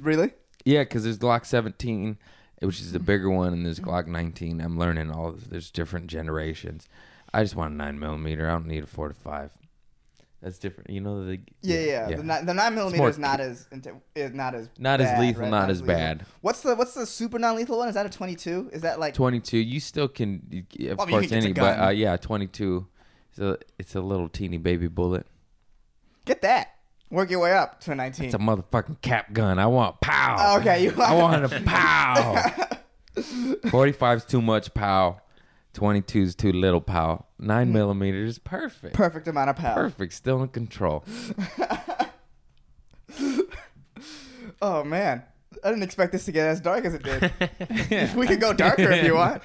D: Really?
B: Yeah, because there's Glock 17, which is the bigger one, and there's Glock 19. I'm learning all. There's different generations. I just want a nine millimeter. I don't need a four to five. That's different. You know the
D: Yeah, yeah. The, ni- the nine millimeter
B: more
D: is not as inte- is not as
B: Not as
D: bad,
B: lethal,
D: right?
B: not as
D: lethal.
B: bad.
D: What's the what's the super non lethal one? Is that a twenty two? Is that like
B: 22. You still can, you- of
D: Well, I mean, you
B: course,
D: can get
B: any,
D: the
B: but
D: gun.
B: uh, yeah, 22. So it's a little teeny baby bullet.
D: get that? Work your way up to a nineteen.
B: It's a motherfucking cap gun. I want pow.
D: Oh, okay, you
B: I want
D: *laughs*
B: a pow. 45's too much pow. 22's too little pow.
D: Mm.
B: Nine millimeters is perfect.
D: perfect amount of power.
B: Perfect. Still in *laughs* control.
D: Oh man, I didn't expect this to get as dark as it
B: *laughs*
D: did. we could go darker if you want. *laughs*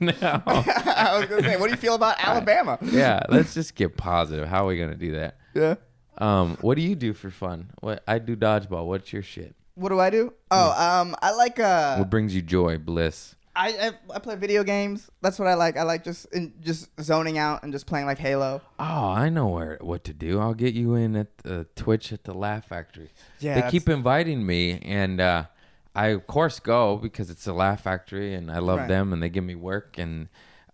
B: *laughs* no.
D: I was gonna say, what do you feel about Alabama?
B: Yeah. Let's just get positive. How are we gonna do that?
D: Yeah.
B: Um. What do you do for fun? What I do dodgeball. What's your shit?
D: What do I do? Oh, um, I like uh,
B: What brings you joy, bliss?
D: I, I I play video games. That's what I like. I like just in, just zoning out and just playing like Halo.
B: Oh, I know where what to do. I'll get you in at the Twitch at the Laugh Factory.
D: Yeah,
B: they
D: that's-
B: keep inviting me, and uh, I of course go because it's the Laugh Factory, and I love
D: Right.
B: them, and they give me work, and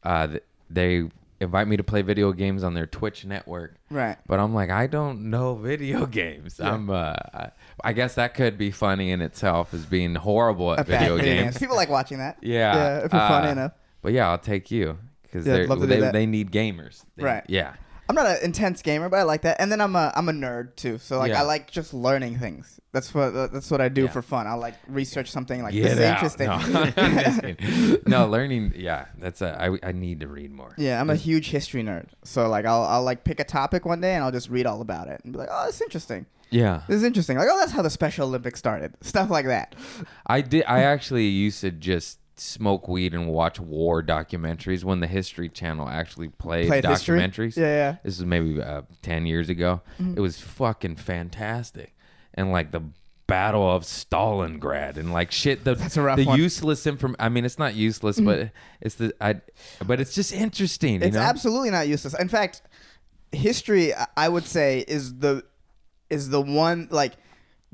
B: uh, th- they invite me to play video games on their Twitch network.
D: Right.
B: But I'm like, I don't know *laughs* video games. I'm, uh, I- I guess that could be funny in itself as being horrible at
D: Bad
B: video games.
D: People like watching
B: *laughs*
D: that.
B: Yeah.
D: *laughs* Yeah. If you're funny
B: uh,
D: enough.
B: But yeah, I'll take you because
D: Yeah, I'd
B: they're
D: love to do
B: they,
D: that.
B: they need gamers. They-
D: Right.
B: Yeah.
D: I'm not an intense gamer, but I like that. And then I'm a I'm a nerd too. So like
B: Yeah.
D: I like just learning things. That's what that's what I do
B: Yeah.
D: for fun. I will like research something like
B: Get
D: this is
B: out.
D: interesting. *laughs*
B: No, *laughs* I'm just kidding. No, learning. Yeah, that's a, I, I need to read more.
D: yeah, I'm a huge history nerd. So like I'll I'll like pick a topic one day and I'll just read all about it and be like, oh, that's interesting.
B: Yeah,
D: This is interesting. Like, oh, that's how the Special Olympics started. *laughs* Stuff like that.
B: I did. I actually used to just smoke weed and watch war documentaries when the History Channel actually played,
D: Played history?
B: documentaries.
D: Yeah, yeah.
B: This
D: Mm-hmm.
B: is maybe uh, ten years ago. It was fucking fantastic, and like the Battle of Stalingrad and like shit. The,
D: *laughs* That's a rough
B: the
D: one. Mm-hmm.
B: useless inform. I mean, it's not useless, but it's the. I, but it's just interesting.
D: It's
B: you know?
D: absolutely not useless. In fact, history I- I would say is the is the one like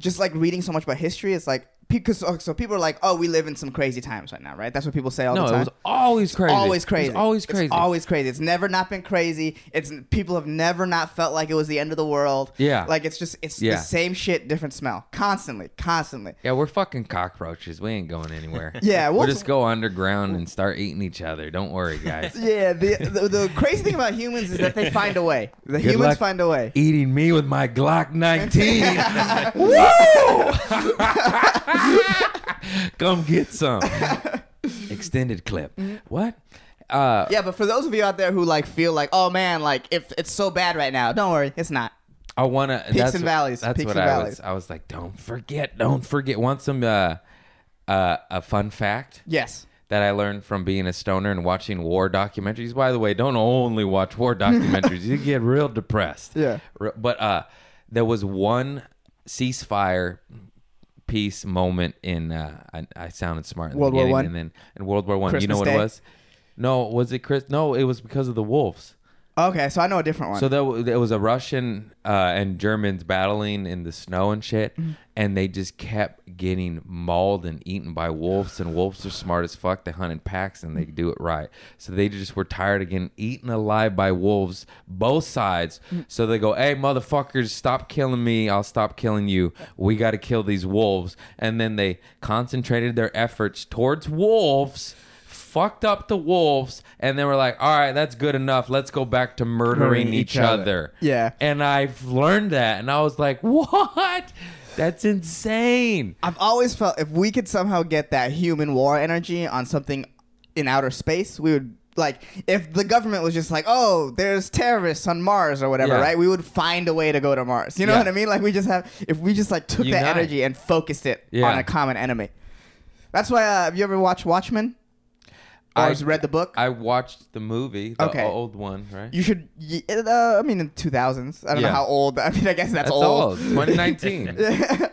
D: just like reading so much about history. It's like because so, so people are like, oh, we live in some crazy times right now, right? That's what people say all
B: No,
D: the
B: it
D: time.
B: was always crazy.
D: Always
B: It was
D: crazy.
B: always
D: It's
B: crazy.
D: always crazy. It's never not been crazy. It's people have never not felt like it was the end of the world.
B: Yeah.
D: Like it's just it's
B: Yeah.
D: the same shit, different smell, constantly, constantly.
B: Yeah, we're fucking cockroaches. We ain't
D: *laughs*
B: going anywhere.
D: Yeah,
B: we'll,
D: we'll-
B: just go underground and start eating each other. Don't worry,
D: *laughs*
B: guys.
D: Yeah. The, the the crazy thing about humans is that they find a way. The
B: Good
D: humans
B: luck
D: find a way.
B: Eating me with my Glock
D: *laughs*
B: 19. Woo! Come get some. Extended clip.
D: Mm-hmm.
B: What? Uh,
D: Yeah, but for those of you out there who like feel like, oh man, like if it's so bad right now, don't worry, it's not.
B: I want to. Peaks
D: and valleys,
B: That's
D: peaks
B: what
D: and
B: I
D: valleys.
B: was. I was like, don't forget, don't forget. Want some uh, uh, a fun fact?
D: Yes.
B: that I learned from being a stoner and watching war documentaries. By the way, don't only watch war
D: *laughs*
B: documentaries; you get real depressed.
D: Yeah.
B: Re- But uh, there was one ceasefire peace moment in. Uh, I, I sounded smart. In
D: World
B: the
D: War
B: beginning,
D: One?
B: and then in World War One. you know
D: Christmas
B: what
D: Day?
B: it was? No, was it Chris? No, it was because of the wolves.
D: Okay, so I know a different one.
B: So there, wa- there was a Russian uh, and Germans battling in the snow and shit, and they just kept getting mauled and eaten by wolves. And wolves are smart as fuck. They hunt in packs and they do it right. So they just were tired of getting eaten alive by wolves, both sides. So they go, "Hey, motherfuckers, stop killing me. I'll stop killing you. We got to kill these wolves." And then they concentrated their efforts towards wolves fucked up the wolves and they were like all right that's good enough let's go back to murdering
D: Murdering
B: each,
D: each other.
B: other.
D: Yeah.
B: and i've learned that and i was like *laughs* what that's insane
D: I've always felt if we could somehow get that human war energy on something in outer space, we would like if the government was just like, "Oh, there's terrorists on Mars or whatever,"
B: Yeah.
D: right? We would find a way to go to Mars. You know
B: Yeah.
D: what I mean? Like we just have if we just like took that
B: Unite.
D: energy and focused it
B: Yeah.
D: on a common enemy. That's why uh, have you ever watched Watchmen? Or
B: I-
D: just read the book?
B: i watched the movie the
D: Okay.
B: old one right
D: You should. y- it, Uh, I mean, in two thousands. I don't
B: Yeah.
D: know how old. *laughs* I mean, I guess
B: that's
D: that's,
B: old
D: *laughs*
B: 2019 i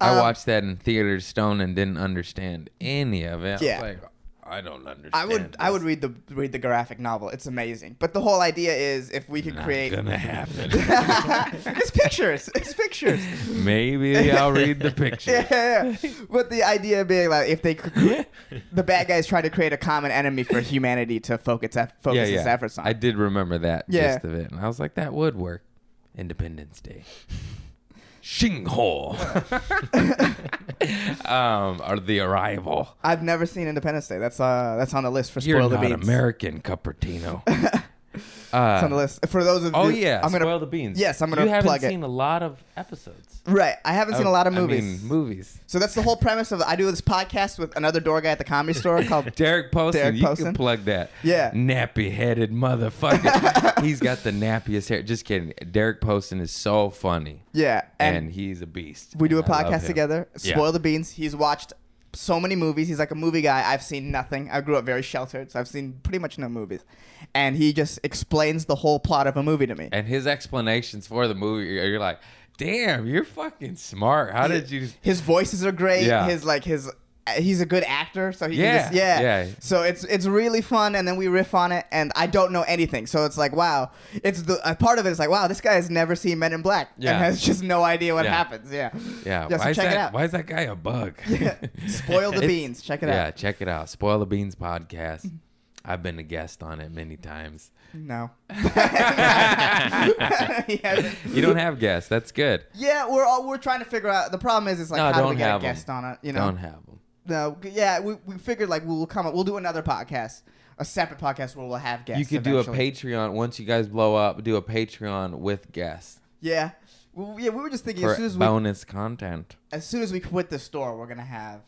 D: Um,
B: watched that in theater stone and didn't understand any of it
D: Yeah.
B: i was like i don't understand
D: I would. I would
B: this.
D: read the read the graphic novel. It's amazing. But the whole idea is if we could
B: Not
D: create.
B: gonna *laughs* happen
D: *laughs*
B: *laughs*
D: it's pictures. It's pictures.
B: maybe i'll read the picture
D: *laughs* Yeah, yeah, yeah. But the idea being like if they could, cre- the bad guys try to create a common enemy for humanity to focus eff- focus its efforts on.
B: I did remember that
D: Yeah.
B: gist of it, and I was like, that would work. Independence Day.
D: *laughs*
B: Shinghole. *laughs* um, or the arrival.
D: I've never seen Independence Day. That's uh that's on the list for
B: You're
D: spoil the
B: not
D: beans.
B: American, Cupertino.
D: *laughs* It's on the
B: uh,
D: list for those of
B: oh
D: you-
B: yeah,
D: I'm gonna
B: spoil the beans.
D: Yes, I'm gonna
B: You haven't
D: plug it.
B: seen a lot of episodes.
D: right. I haven't seen a lot of
B: Oh, I
D: movies.
B: mean, movies.
D: So that's the whole premise of I do this podcast with another door guy at the comedy store
B: *laughs*
D: called
B: Derek Poston,
D: Derek
B: you
D: Poston?
B: can plug that.
D: Yeah.
B: Nappy headed
D: *laughs*
B: motherfucker. he's got the nappiest hair. Just kidding. Derek Poston is so funny.
D: Yeah,
B: and,
D: and,
B: he's a beast.
D: we do a
B: And I love
D: podcast
B: him.
D: together.
B: Yeah.
D: Spoil the beans. He's watched so many movies. He's like a movie guy. I've seen nothing. I grew up very sheltered, so I've seen pretty much no movies. And he just explains the whole plot of a movie to me.
B: And his explanations for the movie, you're you're like, damn, you're fucking smart. How did you?
D: His voices are great.
B: Yeah.
D: His like his uh, he's a good actor, so he
B: Yeah,
D: can just yeah.
B: yeah.
D: So it's it's really fun, and then we riff on it, and I don't know anything, so it's like wow. It's the a part of it is like wow, this guy has never seen Men in Black
B: Yeah.
D: and has just no idea what
B: Yeah.
D: happens. Yeah,
B: Yeah,
D: Yeah, so
B: why is
D: check it
B: that?
D: out.
B: Why is that guy a
D: *laughs*
B: bug?
D: spoil
B: *laughs*
D: the
B: It's-
D: beans. Check it
B: yeah,
D: out.
B: check it out. Spoil the Beans podcast. I've been a guest on it many times.
D: No. *laughs* yeah.
B: You don't have guests. That's good.
D: yeah, we're all we're trying to figure out. The problem is, it's like
B: No,
D: how do we
B: don't
D: get a
B: have 'em.
D: guest on it? You know,
B: Don't have them.
D: no, yeah, we, we figured like we'll come up, we'll do another podcast, a separate podcast where we'll have guests.
B: You could
D: eventually.
B: do a Patreon once you guys blow up. Do a Patreon with guests
D: Yeah. Well, yeah, we were just thinking
B: for
D: as soon as we
B: bonus content.
D: as soon as we quit the store, we're gonna have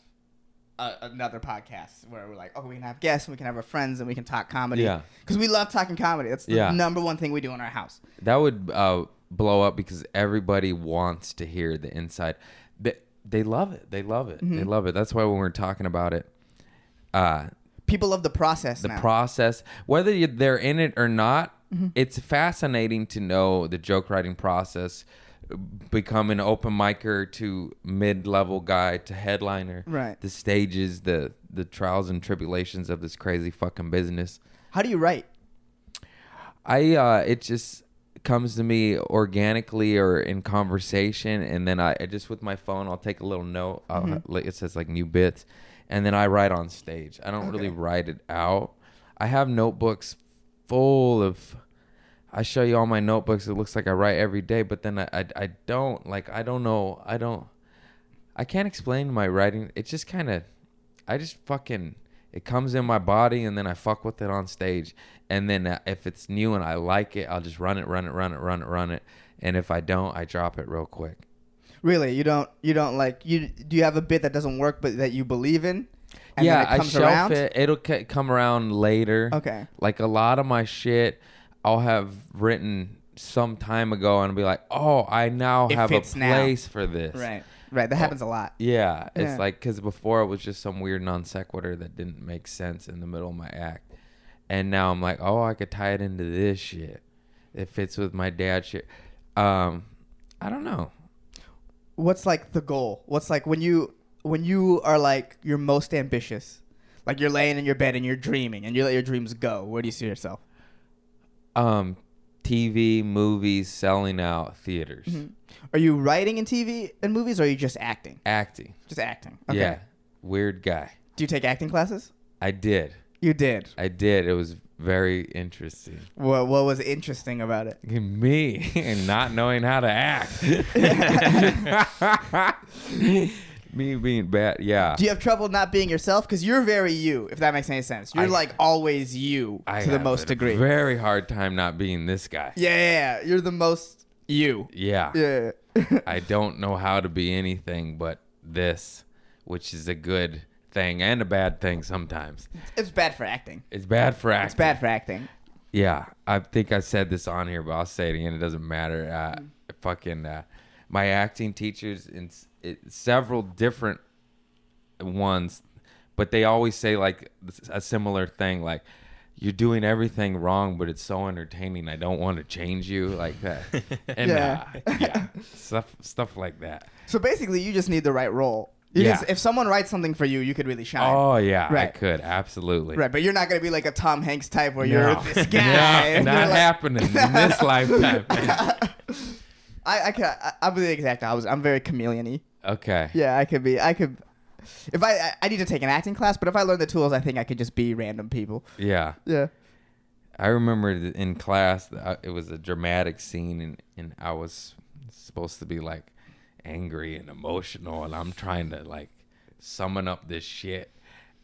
D: a, another podcast where we're like, oh, we can have guests, and we can have our friends, and we can talk comedy.
B: Yeah.
D: Because we love talking comedy. That's the
B: Yeah.
D: number one thing we do in our house.
B: That would uh, blow up because everybody wants to hear the inside. They, they love it. They love it.
D: Mm-hmm.
B: They love it. That's why when we're talking about it, uh,
D: People love the process.
B: the
D: now.
B: process, whether you they're in it or not, it's fascinating to know the joke writing process become an open micer to mid-level guy to headliner.
D: Right.
B: The stages, the the trials and tribulations of this crazy fucking business.
D: How do you write?
B: I uh it just comes to me organically or in conversation and then I I just with my phone I'll take a little note I'll, like it says like new bits and then I write on stage. I don't really
D: Okay.
B: write it out. I have notebooks full of I show you all my notebooks. It looks like I write every day, but then I I, I don't like I don't know I don't I can't explain my writing. It just kind of, I just fucking, it comes in my body and then I fuck with it on stage. And then uh, if it's new and I like it, I'll just run it, run it, run it, run it, run it. And if I don't, I drop it real quick.
D: Really, you don't you don't like you do you have a bit that doesn't work but that you believe in? And
B: yeah,
D: then it comes
B: I shelf
D: around?
B: it. It'll c- come around later.
D: Okay.
B: Like a lot of my shit, I'll have written some time ago and be like, oh, I now
D: It
B: have a
D: fits now.
B: place for this.
D: Right. Right. That happens a lot.
B: Yeah, it's
D: Yeah.
B: like because before it was just some weird non sequitur that didn't make sense in the middle of my act, and now I'm like, oh, I could tie it into this shit. It fits with my dad shit. Um, I don't know.
D: What's like the goal? What's like when you when you are like your most ambitious? Like you're laying in your bed and you're dreaming and you let your dreams go. Where do you see yourself?
B: Um, TV, movies, selling out, theaters,
D: Mm-hmm. Are you writing in TV and movies or are you just acting?
B: acting.
D: Just acting. Okay.
B: Yeah, weird guy.
D: Do you take acting classes?
B: I did.
D: You did.
B: I did. It was very interesting. *laughs*
D: What what was interesting about it?
B: me and not knowing how to
D: *laughs*
B: act. *laughs* me being bad, yeah.
D: Do you have trouble not being yourself? Because you're very you, if that makes any sense. You're
B: I-
D: like always you
B: I
D: to the
B: have
D: most
B: a
D: degree.
B: Very hard time not being this guy.
D: Yeah, yeah, yeah, you're the most you.
B: Yeah.
D: Yeah. *laughs*
B: I don't know how to be anything but this, which is a good thing and a bad thing sometimes.
D: it's bad for acting.
B: It's bad for acting.
D: It's bad for acting.
B: Yeah, I think I said this on here, but I'll say it again. It doesn't matter. Uh, Fucking uh, my acting teachers in s- it, several different ones, but they always say like a similar thing, like you're doing everything wrong, but it's so entertaining. I don't want to change you like that. And
D: Yeah.
B: yeah, uh,
D: *laughs*
B: yeah, stuff stuff like that.
D: So basically, you just need the right role. You
B: Yeah.
D: just- if someone writes something for you, you could really shine.
B: Oh yeah, I
D: Right.
B: could absolutely.
D: Right, but you're not gonna be like a Tom Hanks type where you're
B: No. *laughs*
D: this
B: No,
D: guy. and you're
B: not
D: like-
B: happening in
D: *laughs*
B: this lifetime.
D: I, I could, I, I'm the exact opposite. I'm very chameleon-y.
B: okay.
D: Yeah, I could be. I could. If I, I, I need to take an acting class, but if I learn the tools, I think I could just be random people.
B: Yeah.
D: Yeah.
B: I remember th- in class that I- it was a dramatic scene, and, and I was supposed to be like angry and emotional, and I'm trying to like summon up this shit,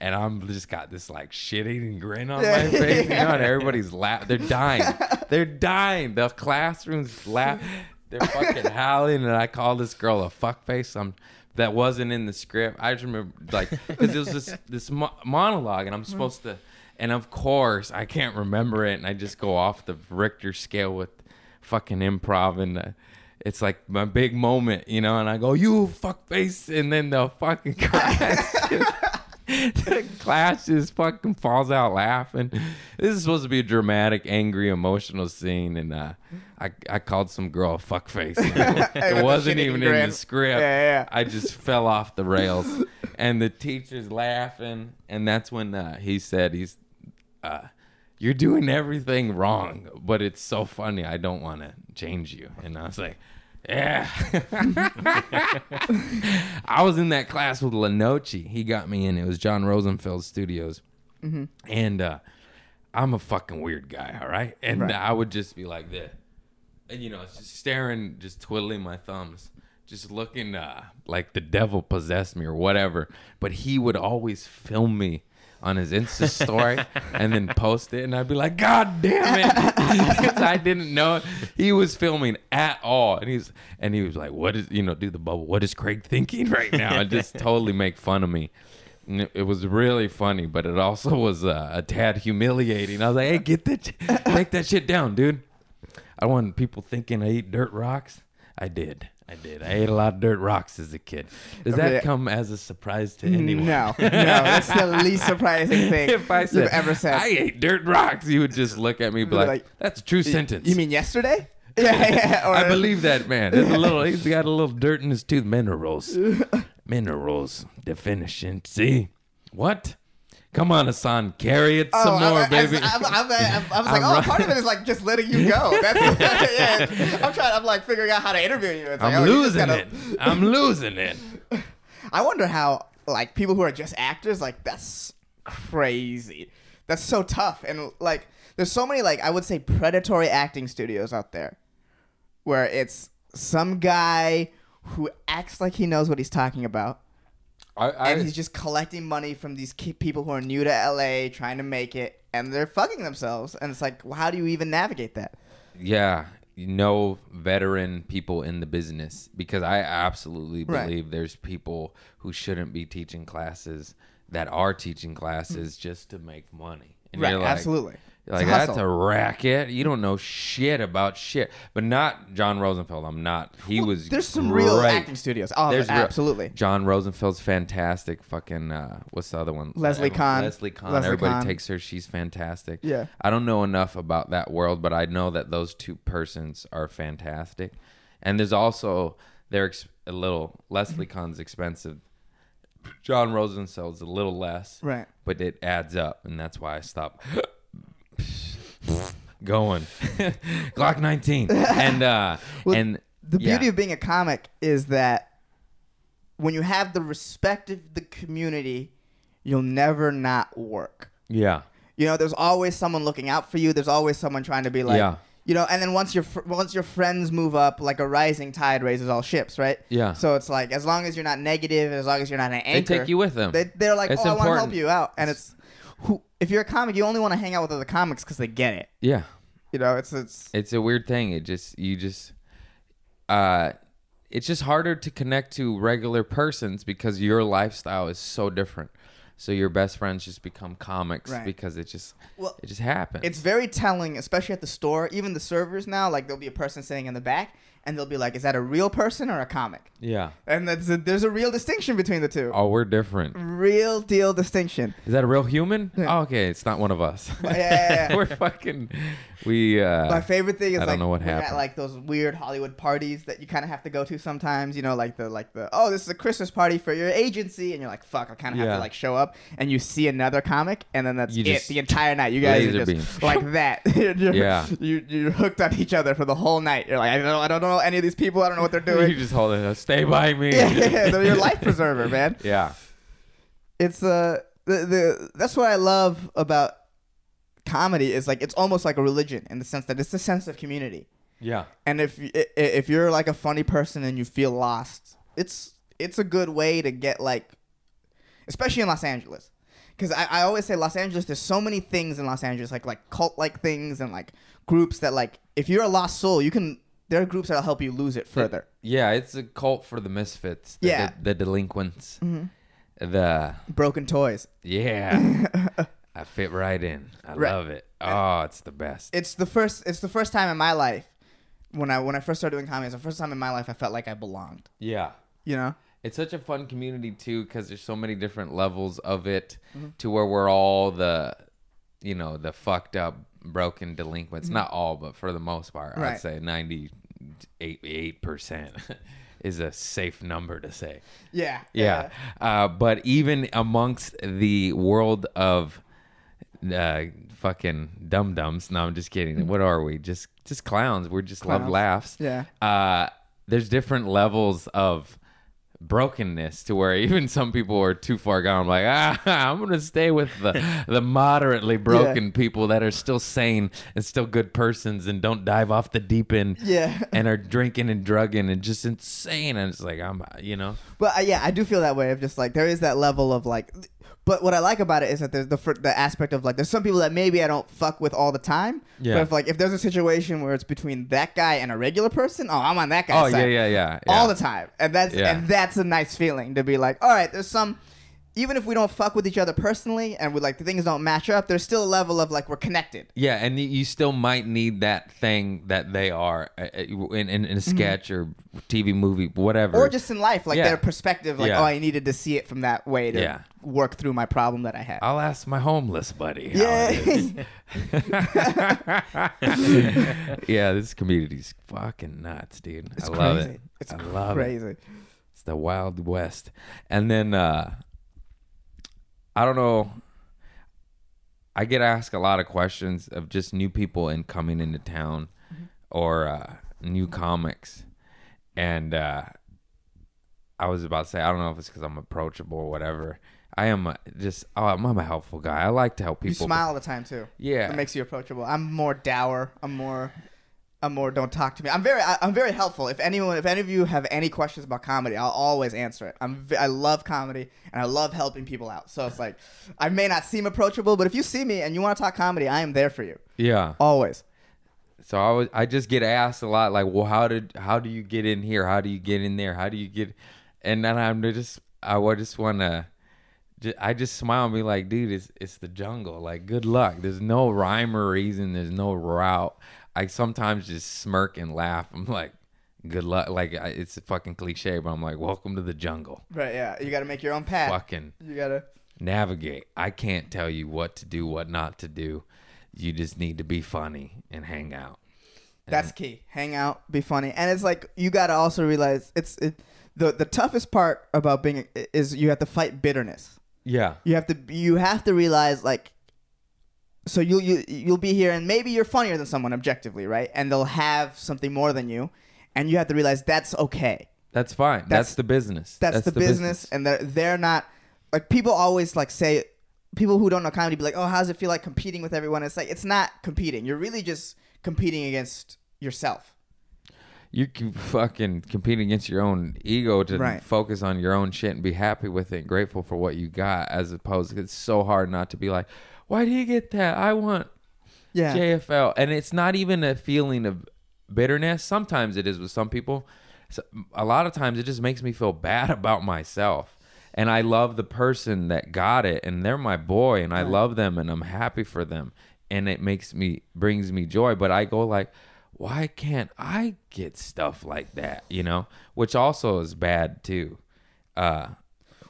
B: and I'm just got this like shit eating grin on my
D: Yeah.
B: face, you know, and everybody's laughing. They're dying. They're dying. The classroom's laughing. They're fucking howling, and I call this girl a fuckface. I'm that wasn't in the script. I just remember like because it was this this mo- monologue, and I'm supposed to, and of course I can't remember it, and I just go off the Richter scale with fucking improv, and uh, it's like my big moment, you know, and I go you fuckface, and then the fucking *laughs* class. the class just fucking falls out laughing. This is supposed to be a dramatic, angry, emotional scene, and uh, I I called some girl a
D: *laughs*
B: fuckface.
D: With
B: it
D: a
B: wasn't
D: shitty
B: even in
D: grin.
B: the script.
D: Yeah, yeah, yeah.
B: I just fell off the
D: *laughs*
B: rails, and the teacher's laughing, and that's when uh, he said he's. Uh, you're doing everything wrong, but it's so funny. I don't want to change you. And I was like, yeah. *laughs* I was in that class with Lenoci. He got me in. It was John Rosenfeld Studios. And uh, I'm a fucking weird guy, all right? And
D: Right.
B: I would just be like this. And, you know, just staring, just twiddling my thumbs, just looking uh, like the devil possessed me or whatever. But he would always film me on his Insta story and then post it. And I'd be like, God damn it. *laughs* 'Cause I didn't know he was filming at all. And he's and he was like, What is you know, do the bubble, what is Craig thinking right now? And just totally make fun of me. And It it was really funny, but it also was uh, a tad humiliating. I was like, "Hey, get that, sh- take that shit down, dude." I wanted people thinking I eat dirt rocks. I did. I did. I ate a lot of dirt rocks as a kid. Does
D: Yeah.
B: that come as a surprise to anyone? *laughs*
D: No, no, that's the least surprising thing
B: if I said,
D: you've ever said.
B: I ate dirt rocks, you would just look at me and be
D: Be
B: like,
D: like,
B: that's a true sentence. *laughs*
D: You mean *laughs* yesterday? Yeah, yeah. Or,
B: I believe that man.
D: *laughs*
B: There's a little. He's got a little dirt in his tooth. Minerals, minerals. Definition. See what? Come on, Hassan. Carry it some
D: Oh, I-
B: more,
D: I, I-
B: baby.
D: I, I- I- I was
B: I'm
D: like, oh,
B: right.
D: part of it is like just letting
B: *laughs*
D: you go. That's *laughs* yeah. I'm trying. I'm like figuring out how to interview you. It's like,
B: I'm
D: oh, you just
B: losing
D: gotta-
B: it. I'm losing it.
D: I wonder how like people who are just actors like that's crazy. That's so tough and like there's so many like I would say predatory acting studios out there where it's some guy who acts like he knows what he's talking about
C: I, I,
D: and he's just collecting money from these ki- people who are new to LA trying to make it and they're fucking themselves and it's like well, how do you even navigate that?
B: yeah no veteran people in the business because i absolutely
D: Right.
B: believe there's people who shouldn't be teaching classes that are teaching classes just to make money And
D: Mm. Right,
B: you're like-
D: absolutely.
B: you're like
D: It's a
B: that's
D: hustle."
B: a racket you don't know shit about shit but not john rosenfeld i'm not he was
D: There's some
B: great.
D: real acting studios. Oh,
B: There's real-
D: absolutely.
B: John Rosenfeld's fantastic. Fucking uh, what's the other one?
D: Leslie
B: Everyone-
D: Kahn.
B: Leslie Kahn.
D: Leslie
B: Everybody
D: Kahn.
B: takes her. She's fantastic.
D: Yeah.
B: I don't know enough about that world, but I know that those two persons are fantastic. And there's also they're ex- a little Leslie Kahn's expensive. John Rosenfeld's a little less.
D: Right.
B: But it adds up, and that's why I stopped
D: *laughs*
B: going. Glock 19. And uh and
D: the
B: yeah.
D: beauty of being a comic is that when you have the respect of the community, you'll never not work.
B: yeah.
D: You know, there's always someone looking out for you. There's always someone trying to be like,
B: Yeah.
D: you know. And then once your fr- once your friends move up, like a rising tide raises all ships, right?
B: Yeah.
D: So it's like as long as you're not negative, as long as you're not an anchor,
B: They take you with them.
D: They, they're like,
B: It's
D: oh, I want to help
B: important.
D: you out, and it's who if you're a comic, you only want to hang out with other comics because they get it.
B: yeah.
D: You know, it's it's
B: It's a weird thing. It just you just uh it's just harder to connect to regular persons because your lifestyle is so different. So your best friends just become comics
D: Right.
B: because it just
D: Well,
B: it just happens.
D: it's very telling, especially at the store. Even the servers now, like there'll be a person sitting in the back, and they'll be like, "Is that a real person or a comic?"
B: yeah.
D: And that's a, there's a real distinction between the two.
B: Oh, we're different.
D: Mm. Real deal distinction.
B: Is that a real human? Oh, okay, it's not one of us.
D: *laughs* yeah, yeah, yeah.
B: *laughs* we're fucking we uh *laughs*
D: My favorite thing is
B: I don't
D: like
B: know what
D: when you're at
B: happened.
D: like those weird Hollywood parties that you kind of have to go to sometimes. You know, like the like the oh, this is a Christmas party for your agency, and you're like, fuck, I kind of have
B: Yeah.
D: to like show up, and you see another comic, and then that's
B: You
D: it
B: just-
D: the entire night. You guys are
B: Laser
D: just
B: beam. *laughs*
D: like that. *laughs* you're, you're-
B: Yeah.
D: you you're hooked on each other for the whole night. You're like, I don't know, I don't know any of these people. I don't know
B: *laughs*
D: what they're
B: you
D: doing.
B: just hold it. up. Stay by me.
D: *laughs* yeah, yeah, they're your life preserver, man.
B: *laughs* yeah.
D: It's uh the, the that's what I love about comedy is like it's almost like a religion in the sense that it's a sense of community.
B: Yeah.
D: And if y- i- i- if you're like a funny person and you feel lost, it's it's a good way to get like, especially in Los Angeles, because I, I always say Los Angeles. There's so many things in Los Angeles, like like cult like things and like groups that like if you're a lost soul, you can. There are groups that'll help you lose it further.
B: Yeah, it's a cult for the misfits. The,
D: Yeah. Mm-hmm.
B: The, the delinquents. The
D: Broken toys. *laughs*
B: yeah. I fit right in. I
D: Right.
B: love it. Oh, it's the best.
D: It's the first. It's the first time in my life when I when I first started doing comedy. It's the first time in my life I felt like I belonged.
B: yeah.
D: You know.
B: It's such a fun community too cuz there's so many different levels of it
D: Mm-hmm.
B: to where we're all the you know, the fucked up broken delinquents. Not all, but for the most part,
D: Mm-hmm. Right.
B: I'd say 98% *laughs* is a safe number to say.
D: Yeah.
B: Yeah. Uh, but even amongst the world of uh, fucking dum dums, no, I'm just kidding. What are we? Just just clowns. We're just love
D: Mm-hmm.
B: laughs.
D: Clowns. Yeah.
B: Uh, there's different levels of brokenness to where *laughs* even some people are too far gone. I'm like, ah, *laughs* I'm gonna stay with the the
D: *laughs*
B: moderately broken people that are still sane and still good persons and don't dive off the deep end.
D: Yeah.
B: And are drinking and drugging and just insane. And it's like I'm, you know.
D: But uh, yeah, I do feel that way of just like there is that level of like, th- but what I like about it is that there's the fir- the aspect of like there's some people that maybe I don't fuck with all the time.
B: Yeah.
D: But if like if there's a situation where it's between that guy and a regular person, oh, I'm on that guy's
B: Oh
D: side.
B: yeah, yeah, yeah,
D: All
B: yeah.
D: the time, and that's
B: Yeah.
D: and that's a nice feeling to be like, all right, there's some. Even if we don't fuck with each other personally, and we like the things don't match up, there's still a level of like we're connected.
B: Yeah, and y- you still might need that thing that they are uh, uh, in, in, in a sketch or TV movie, whatever.
D: Mm-hmm. or just in life, like
B: Yeah.
D: their perspective, like
B: Yeah.
D: oh, I needed to see it from that way to
B: Yeah.
D: work through my problem that I had.
B: I'll ask my homeless buddy. how
D: yeah.
B: Oh, it
D: *laughs*
B: is. *laughs* yeah, this community's fucking nuts, dude.
D: It's
B: I love
D: crazy.
B: it.
D: It's
B: I love it.
D: crazy.
B: It's the Wild West. And then uh I don't know. I get asked a lot of questions of just new people and coming into town
D: Mm-hmm.
B: or uh new comics. And uh I was about to say I don't know if it's cuz I'm approachable or whatever. I am uh, just oh, I'm a helpful guy. I like to help people.
D: You smile all the time too.
B: Yeah.
D: It makes you approachable. I'm more dour. I'm more. I'm more. Don't talk to me. I'm very. I, I'm very helpful. If anyone, if any of you have any questions about comedy, I'll always answer it. I'm. ve- I love comedy and I love helping people out. So it's like, I may not seem approachable, but if you see me and you want to talk comedy, I am there for you
B: Yeah.
D: always.
B: So I was, I just get asked a lot, like, well, how did, how do you get in here? How do you get in there? How do you get? And then I'm just, I wa- just want to, I just smile and be like, dude, it's, it's the jungle. Like, good luck. There's no rhyme or reason. There's no route. I sometimes just smirk and laugh. I'm like, good luck. Like, I, it's a fucking cliche, but I'm like, welcome to the jungle.
D: Right. Yeah. You got to make your own path.
B: Fucking
D: You gotta.
B: navigate. I can't tell you what to do, what not to do. You just need to be funny and hang out.
D: That's key. Hang out, be funny, and it's like you gotta also realize it's it, the the toughest part about being is you have to fight bitterness.
B: Yeah.
D: You have to you have to realize like so you you you'll be here and maybe you're funnier than someone objectively, right? And they'll have something more than you and you have to realize that's okay.
B: That's fine. That's,
D: That's-
B: the business.
D: That's, the, business, and they're they're not like people always like say people who don't know comedy be like, "Oh, how does it feel like competing with everyone?" It's like it's not competing. You're really just competing against yourself.
B: You can fucking compete against your own ego to
D: Right.
B: focus on your own shit and be happy with it, grateful for what you got, as opposed it's so hard not to be like, why did he get that? I want
D: Yeah.
B: JFL. And it's not even a feeling of bitterness. Sometimes it is with some people. So, a lot of times it just makes me feel bad *laughs* about myself. And I love the person that got it and they're my boy and I love them and I'm happy for them and it makes me brings me joy, but I go like why can't I get stuff like that, you know? Which also is bad too. Uh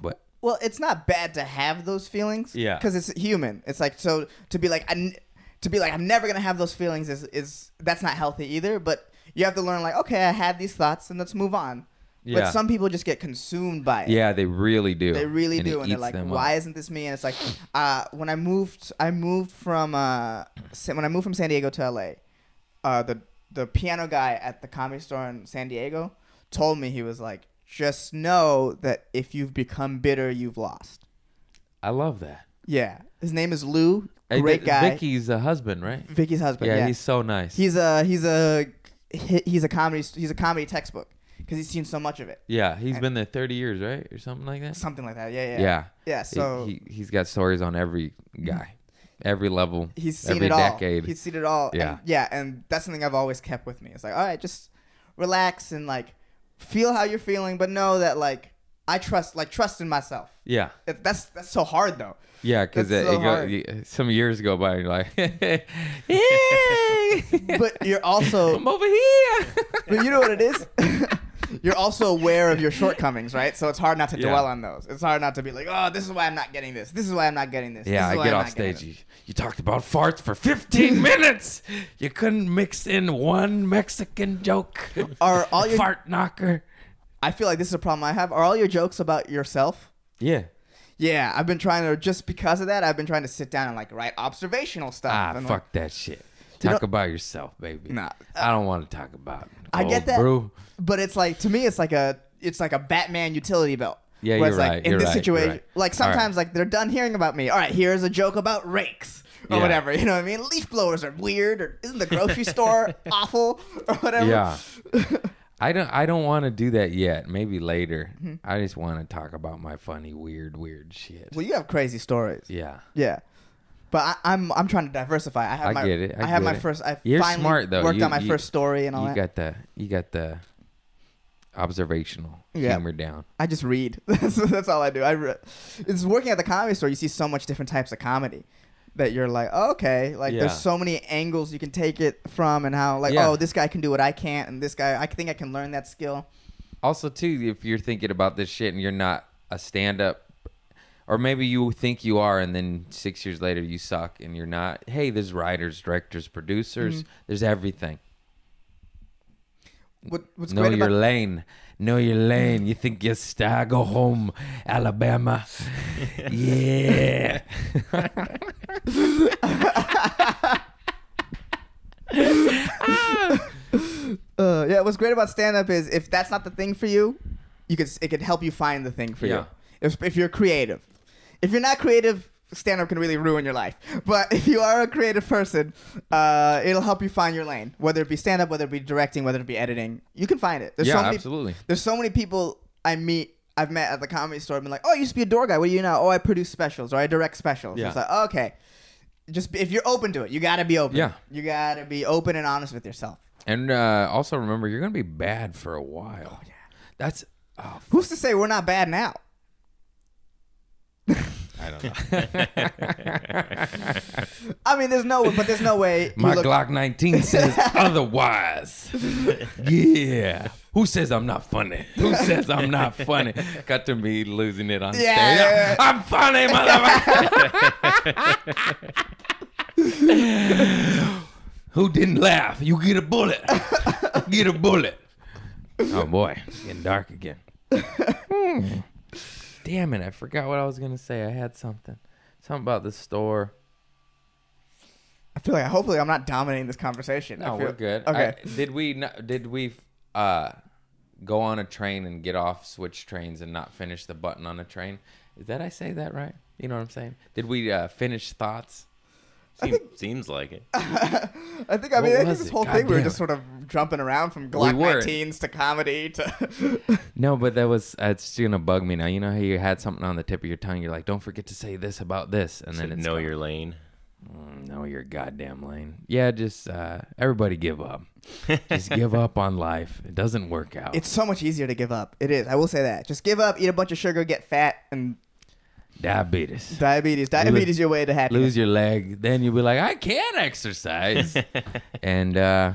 B: but
D: Well, it's not bad to have those feelings.
B: Yeah.
D: Because it's human. It's like so to be like I, n- to be like I'm never gonna have those feelings is is that's not healthy either. But you have to learn like okay, I had these thoughts and let's move on.
B: Yeah.
D: But some people just get consumed by it.
B: yeah, they really do.
D: They really
B: And it
D: do, and they're
B: eats
D: like,
B: them up.
D: "Why isn't this me?"
B: *laughs*
D: And it's like, uh, when I moved, I moved from uh, Sa- when I moved from San Diego to LA, uh, the the piano guy at the comedy store in San Diego told me he was like, "Just know that if you've become bitter, you've lost."
B: I love that.
D: Yeah, his name is Lou,
B: Hey,
D: great
B: th-
D: guy,
B: Vicky's a husband, right?
D: Vicky's husband.
B: yeah,
D: Yeah,
B: he's so nice.
D: he's a he's a he- he's a comedy he's a comedy textbook because he's seen so much of it,
B: yeah, he's
D: and-
B: been there 30 years, right? Or something like that.
D: something like that. Yeah, yeah,
B: Yeah.
D: yeah.
B: He-
D: So
B: he, he's got stories on every guy, every level,
D: he's seen
B: every
D: it all.
B: decade.
D: He's seen it all.
B: Yeah.
D: and, yeah, and that's something I've always kept with me. It's like, all right, just relax and like feel how you're feeling, but know that like I trust, like trust in myself.
B: yeah.
D: It, that's that's so
B: *laughs*
D: hard though.
B: Yeah, because
D: That's so hard.
B: some years go by and you're like, *laughs* "Hey,
D: But you're
B: *laughs*
D: also,
B: I'm over here.
D: *laughs* but you know what it is. *laughs* You're also aware of your shortcomings, right? So it's hard not to
B: Yeah.
D: dwell on those. It's hard not to be like, "Oh, this is why I'm not getting this. This is why I'm not getting this."
B: yeah,
D: this is
B: I
D: why
B: get
D: I'm
B: off
D: not getting
B: stage.
D: this."
B: You, you talked about farts for 15 *laughs* minutes. You couldn't mix in one Mexican joke.
D: Are all your?
B: Fart knocker.
D: I feel like this is a problem I have. Are all your jokes about yourself?
B: Yeah.
D: Yeah, I've been trying to just because of that. I've been trying to sit down and like write observational stuff.
B: Ah,
D: and, like,
B: fuck that shit. Talk about yourself, baby.
D: Nah.
B: I don't want to talk about.
D: I get
B: cold
D: that.
B: brew.
D: but it's like to me, it's like a it's like a Batman utility belt.
B: Yeah,
D: Where
B: you're
D: it's like,
B: right,
D: In
B: you're
D: this
B: right, you're
D: situation,
B: right.
D: like
B: All right.
D: sometimes like they're done hearing about me. All right, here's a joke about rakes or
B: Yeah.
D: whatever. *laughs* You know what I mean? Leaf blowers are weird, or isn't the
B: *laughs*
D: grocery store awful or whatever? *laughs*
B: Yeah. I don't. I don't want to do that yet. Maybe later.
D: Mm-hmm.
B: I just want to talk about my funny, weird, weird shit.
D: Well, you have crazy stories. Yeah.
B: yeah.
D: But I, I'm I'm trying to diversify. I have
B: I
D: my
B: get it. I,
D: have
B: get
D: my
B: it.
D: first. I
B: You're
D: finally
B: smart though.
D: worked
B: You-
D: on my
B: you-
D: first story and all
B: You
D: that.
B: got the. You got the. Observational
D: Yeah.
B: humor down.
D: I just read. *laughs* that's, that's all I do. I re- it's working at the comedy store. You see so much different types of comedy that you're like, oh, okay, like
B: Yeah.
D: there's so many angles you can take it from, and how like,
B: Yeah.
D: oh, this guy can do what I can't, and this guy, I think I can learn that skill.
B: Also, too, if you're thinking about this shit and you're not a stand-up or maybe you think you are, and then six years later you suck and you're not. Hey, there's writers, directors, producers.
D: Mm-hmm.
B: There's everything.
D: What, what's
B: know
D: great
B: your
D: about
B: lane. Know your lane. You think you're star? Go home,
D: *laughs*
B: Alabama. yeah.
D: uh, yeah, what's great about stand up is if that's not the thing for you, you could it could help you find the thing for
B: Yeah.
D: you. If, if you're creative, if you're not creative, stand up can really ruin your life. But if you are a creative person, uh, it'll help you find your lane. Whether it be stand up, whether it be directing, whether it be editing, you can find it. There's
B: yeah,
D: so many,
B: absolutely.
D: There's so many people I meet. I've met at the comedy store. I've been like, "Oh, I used to be a door guy. What do you know? Oh, I produce specials or I direct specials."
B: Yeah.
D: It's like, oh, okay, just if you're open to it, you gotta be open.
B: Yeah.
D: you gotta be open and honest with yourself.
B: And uh, also remember, you're gonna be bad for a while. yeah. That's. Oh, f-
D: Who's to say we're not bad now?
B: I don't know.
D: *laughs*
B: *laughs*
D: I mean, there's no, but there's no way. you
B: My
D: look-
B: Glock 19
D: *laughs*
B: says otherwise. yeah. Who says I'm not funny? Who says I'm not funny? Got to me losing it on
D: Yeah,
B: stage.
D: yeah, yeah.
B: I'm funny, motherfucker. *laughs* Who didn't laugh? You get a bullet. Get a bullet. Oh boy, it's getting dark again. Hmm. Damn it, I forgot what I was gonna say. I had something. Something about the store.
D: I feel like hopefully I'm not dominating this conversation. I
B: No,
D: feel-
B: we're good.
D: Okay.
B: I- did we not, did we uh go on a train and get off, switch trains, and not finish the button on a train? Did I say that right? You know what I'm saying? Did we uh, finish thoughts?
C: Seem, seems like it.
D: I, think I mean
B: What
D: I think
B: was
D: this
B: it?
D: whole
B: God
D: thing we were
B: damn
D: just
B: it.
D: sort of jumping around from Glock
B: were.
D: 19s to comedy to. *laughs*
B: No, but that was it's gonna bug me now. You know how you had something on the tip of your tongue. You're like, don't forget to say this about this, and then
C: Said,
B: it's
C: know
B: gone.
C: your lane.
B: know your goddamn lane. Yeah, just uh, everybody give *laughs* up. just give up on life. It doesn't work out.
D: it's so much easier to give up. It is. I will say that. Just give up, eat a bunch of sugar, get fat, and
B: diabetes.
D: diabetes. Diabetes your way to happiness.
B: Lose your leg, then you'll be like, I can exercise. and uh,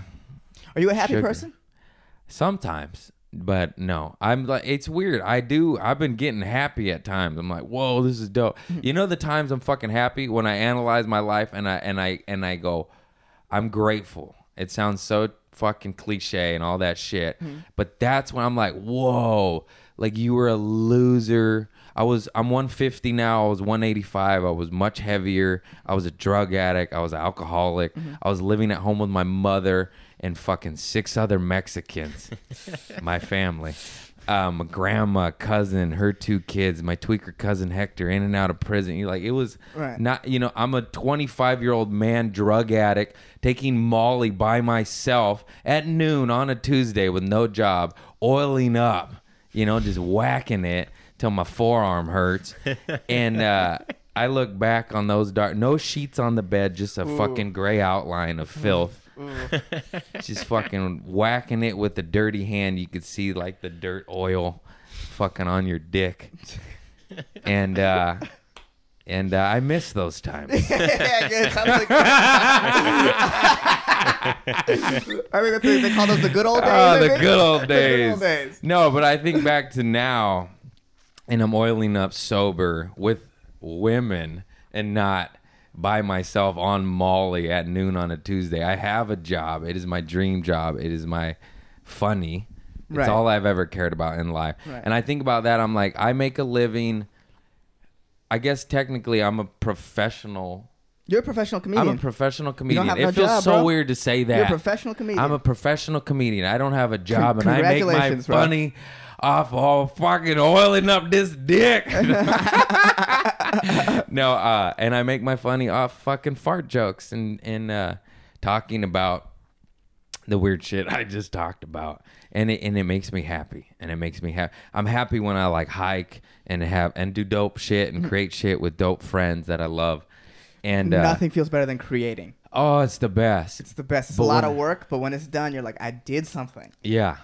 D: Are you a happy
B: sugar.
D: person? *laughs*
B: Sometimes, but no. I'm like it's weird. I do I've been getting happy at times. I'm like, "Whoa, this is dope." you know the times I'm fucking happy when I analyze my life and I and I and I go, "I'm grateful." It sounds so fucking cliché and all that shit, but that's when I'm like, "Whoa, like you were a loser." I was I'm 150 now. I was 185. I was much heavier. I was a drug addict. I was an alcoholic. I was living at home with my mother and fucking six other Mexicans, my family, um, my grandma, cousin, her two kids, my tweaker cousin Hector, in and out of prison. You like it was
D: Right.
B: not, you know, I'm a 25 year old man, drug addict, taking Molly by myself at noon on a Tuesday with no job, oiling up, you know, just whacking it till my forearm hurts, and. uh I look back on those dark, no sheets on the bed, just a fucking gray outline of filth just fucking whacking it with a dirty hand. You could see like the dirt oil fucking on your dick. And uh and uh, I miss those times.
D: yeah, good. Sounds like- I *laughs* mean, that's what they call those the good old days.
B: Oh,
D: I
B: the
D: think.
B: good
D: *laughs*
B: old
D: good
B: days.
D: old days.
B: No, but I think back to now and I'm oiling up sober with women and not by myself on Molly at noon on a Tuesday. I have a job. It is my dream job. It is my funny. It's
D: Right.
B: all I've ever cared about in life.
D: Right.
B: And I think about that. I'm like, I make a living. I guess technically, I'm a professional.
D: You're a professional comedian.
B: I'm a professional comedian.
D: have
B: it
D: no
B: feels
D: job,
B: so
D: bro.
B: weird to say that.
D: You're a professional comedian.
B: I'm a professional comedian. I don't have a job, and I make my
D: congratulations, bro.
B: funny off all fucking oiling up this
D: *laughs*
B: dick. no, uh, and I make my funny off fucking fart jokes and and uh, talking about the weird shit I just talked about, and it and it makes me happy, and it makes me happy. I'm happy when I like hike and have and do dope shit and create shit with dope friends that I love, and uh,
D: Nothing feels better than creating.
B: Oh, it's the best.
D: It's the best. It's
B: But
D: a lot
B: when-
D: of work, but when it's done, you're like, I did something.
B: Yeah.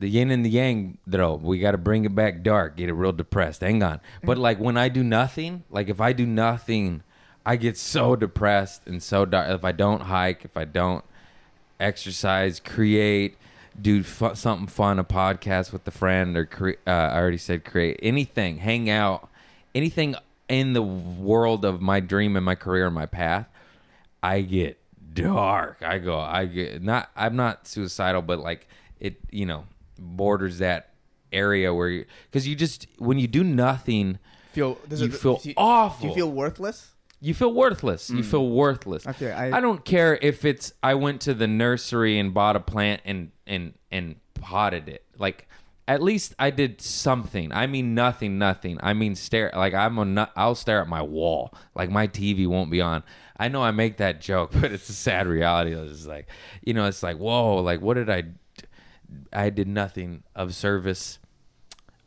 B: The yin and the yang, though, we got to bring it back dark, get it real depressed. Hang on. But like when I do nothing, like if I do nothing, I get so depressed and so dark. If I don't hike, if I don't exercise, create, do fu- something fun, a podcast with a friend, or cre- uh, I already said create anything, hang out, anything in the world of my dream and my career and my path, I get dark. I go, I get not, I'm not suicidal, but like it, you know, borders that area where you, because you just, when you do nothing,
D: Feel does
B: You
D: it,
B: feel
D: do you,
B: awful.
D: Do you feel worthless?
B: you feel worthless. You feel worthless.
D: Okay, Mm. I-
B: don't care if it's I went to the nursery and bought a plant and and and potted it. Like at least I did something. I mean nothing, nothing. I mean stare like I'm a nut, I'll stare at my wall. Like my TV won't be on. I know I make that joke, *laughs* but it's a sad reality. It's just like you know, it's like whoa, like what did I? d- I did nothing of service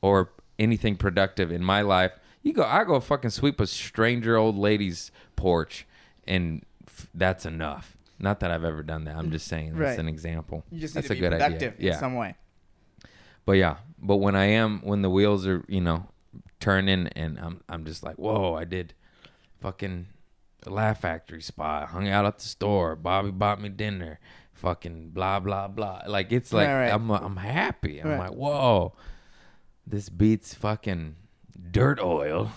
B: or anything productive in my life. You go, I go fucking sweep a stranger old lady's porch, and f- that's enough. Not that I've ever done that. I'm just saying that's
D: Right.
B: an example.
D: You just need
B: that's
D: to be productive
B: Yeah.
D: in some way.
B: But yeah, but when I am, when the wheels are, you know, turning, and I'm, I'm just like, whoa, I did, fucking, Laugh Factory spot, hung out at the store, Bobby bought me dinner, fucking blah blah blah. Like it's like
D: Right, right.
B: I'm, I'm happy. I'm
D: Right.
B: like, whoa, this beats fucking dirt oil.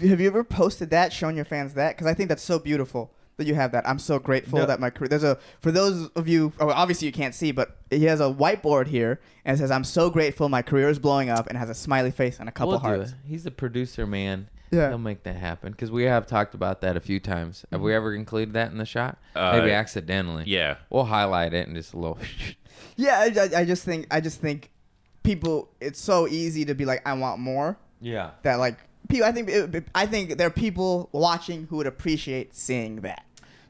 D: Have you ever posted that, shown your fans that? Because I think that's so beautiful that you have that. I'm so grateful
B: No.
D: that my career. There's a for those of you. oh, Obviously, you can't see, but he has a whiteboard here and it says, "I'm so grateful my career is blowing up," and has a smiley face and a couple
B: We'll do
D: hearts.
B: it. He's the producer, man.
D: Yeah.
B: he'll make that happen because we have talked about that a few times. Have
D: Mm-hmm.
B: we ever included that in the shot?
C: Uh,
B: Maybe accidentally. *laughs*
C: yeah.
B: we'll highlight it and just a little. *laughs*
D: Yeah, I, I, I just think I just think people. It's so easy to be like, "I want more."
B: yeah.
D: That like people. I think it, I think there are people watching who would appreciate seeing that.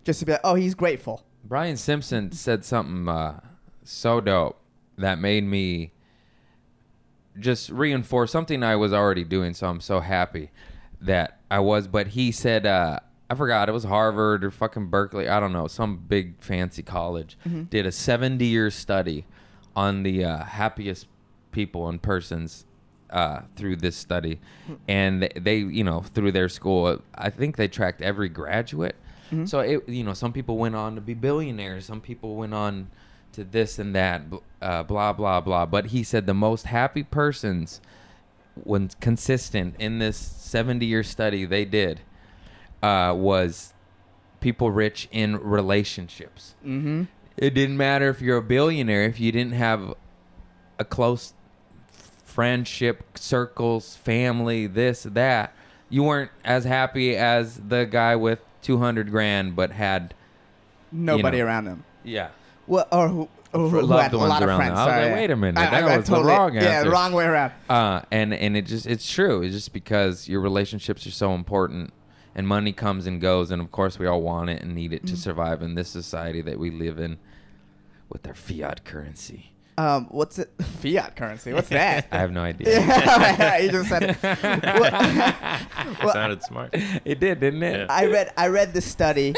D: Just to be like, "Oh, he's grateful."
B: Brian Simpson said something uh, so dope that made me just reinforce something I was already doing. So I'm so happy that I was. But he said, uh, I forgot, it was Harvard or fucking Berkeley. I don't know. Some big fancy college did a 70 year study on the uh, happiest people and persons uh, through this study, and th- they, you know, through their school, I think they tracked every graduate. So it, you know, some people went on to be billionaires, some people went on to this and that, bl- uh, blah blah blah. But he said the most happy persons, when consistent in this seventy-year study they did, uh, was people rich in relationships.
D: Mm-hmm.
B: It didn't matter if you're a billionaire if you didn't have a close friendship circles, family, this that. You weren't as happy as the guy with 200 grand but had
D: Nobody
B: You know.
D: around him.
B: yeah.
D: Well, or who, or who, who
B: loved
D: had a
B: ones
D: lot of
B: around
D: friends.
B: them. I was
D: Sorry,
B: like,
D: yeah.
B: wait a minute,
D: I-
B: that
D: I- I
B: was the wrong
D: Yeah,
B: answer.
D: wrong way around.
B: Uh, and and it just it's true. It's just because your relationships are so important, and money comes and goes, and of course we all want it and need it to survive in this society that we live in, with our fiat currency.
D: Um, what's it? Fiat
B: *laughs*
D: currency. What's that? *laughs*
B: I have no idea.
D: Yeah, *laughs* you just said. it.
C: *laughs*
D: Well, well,
C: Sounded smart.
B: *laughs* it did, didn't it?
C: Yeah.
D: I read. I read
B: *laughs*
D: the study.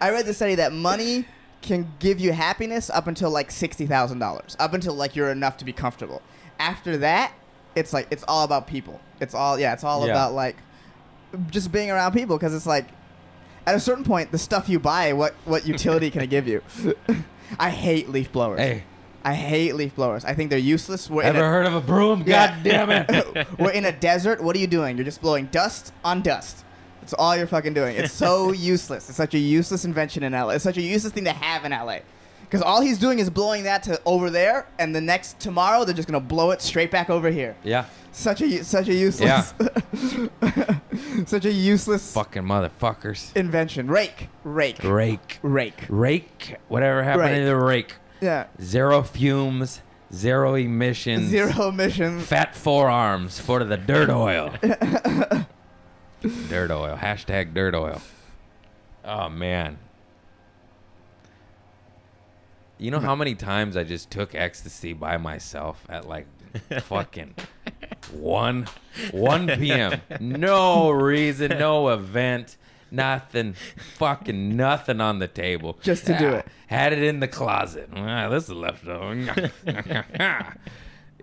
D: I read the study that money can give you happiness up until like sixty thousand dollars, up until like you're enough to be comfortable. After that, it's like it's all about people. It's all yeah. It's all
B: Yeah.
D: about like just being around people because it's like at a certain point, the stuff you buy, what what utility can it give you? *laughs* I hate leaf blowers.
B: Hey,
D: I hate leaf blowers. I think they're useless. We're in
B: ever
D: a-
B: heard of a broom? God damn it!
D: *laughs* We're in a desert. What are you doing? You're just blowing dust on dust. That's all you're fucking doing.
B: *laughs*
D: It's so useless. It's such a useless invention in LA. It's such a useless thing to have in LA. Because all he's doing is blowing that to over there, and the next tomorrow they're just gonna blow it straight back over here.
B: yeah,
D: Such a u- such a useless, *laughs* such a useless
B: fucking motherfuckers.
D: invention. Rake, rake,
B: Rake,
D: rake.
B: rake, whatever happened to
D: Rake.
B: the rake?
D: Yeah,
B: Zero fumes, zero emissions,
D: zero emissions.
B: fat forearms for the dirt
D: *laughs*
B: oil. dirt oil. Hashtag dirt oil. Oh man. You know how many times I just took ecstasy by myself at like fucking one one p.m. No reason, no event, nothing, fucking nothing on the table.
D: Just to do
B: Ah,
D: it.
B: Had it in the closet. Ah, this is left over. *laughs*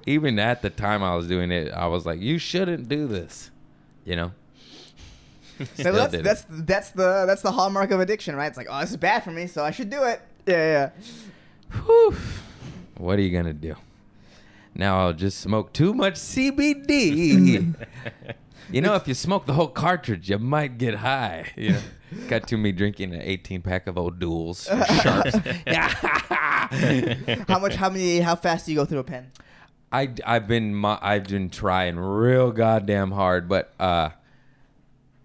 B: Even at the time I was doing it, I was like, "You shouldn't do this," you know.
D: So that's,
B: did it.
D: that's that's the that's the hallmark of addiction, right? It's like, oh, this is bad for me, so I should do it. Yeah, yeah.
B: Whew. What are you gonna do? Now I'll just smoke too much CBD. you know, if you smoke the whole cartridge, you might get high. Yeah. *laughs* Got to me drinking an 18 pack of old duels, and sharps.
D: *laughs* How much? How many? How fast do you go through a pen?
B: I I've been mo- I've been trying real goddamn hard, but uh,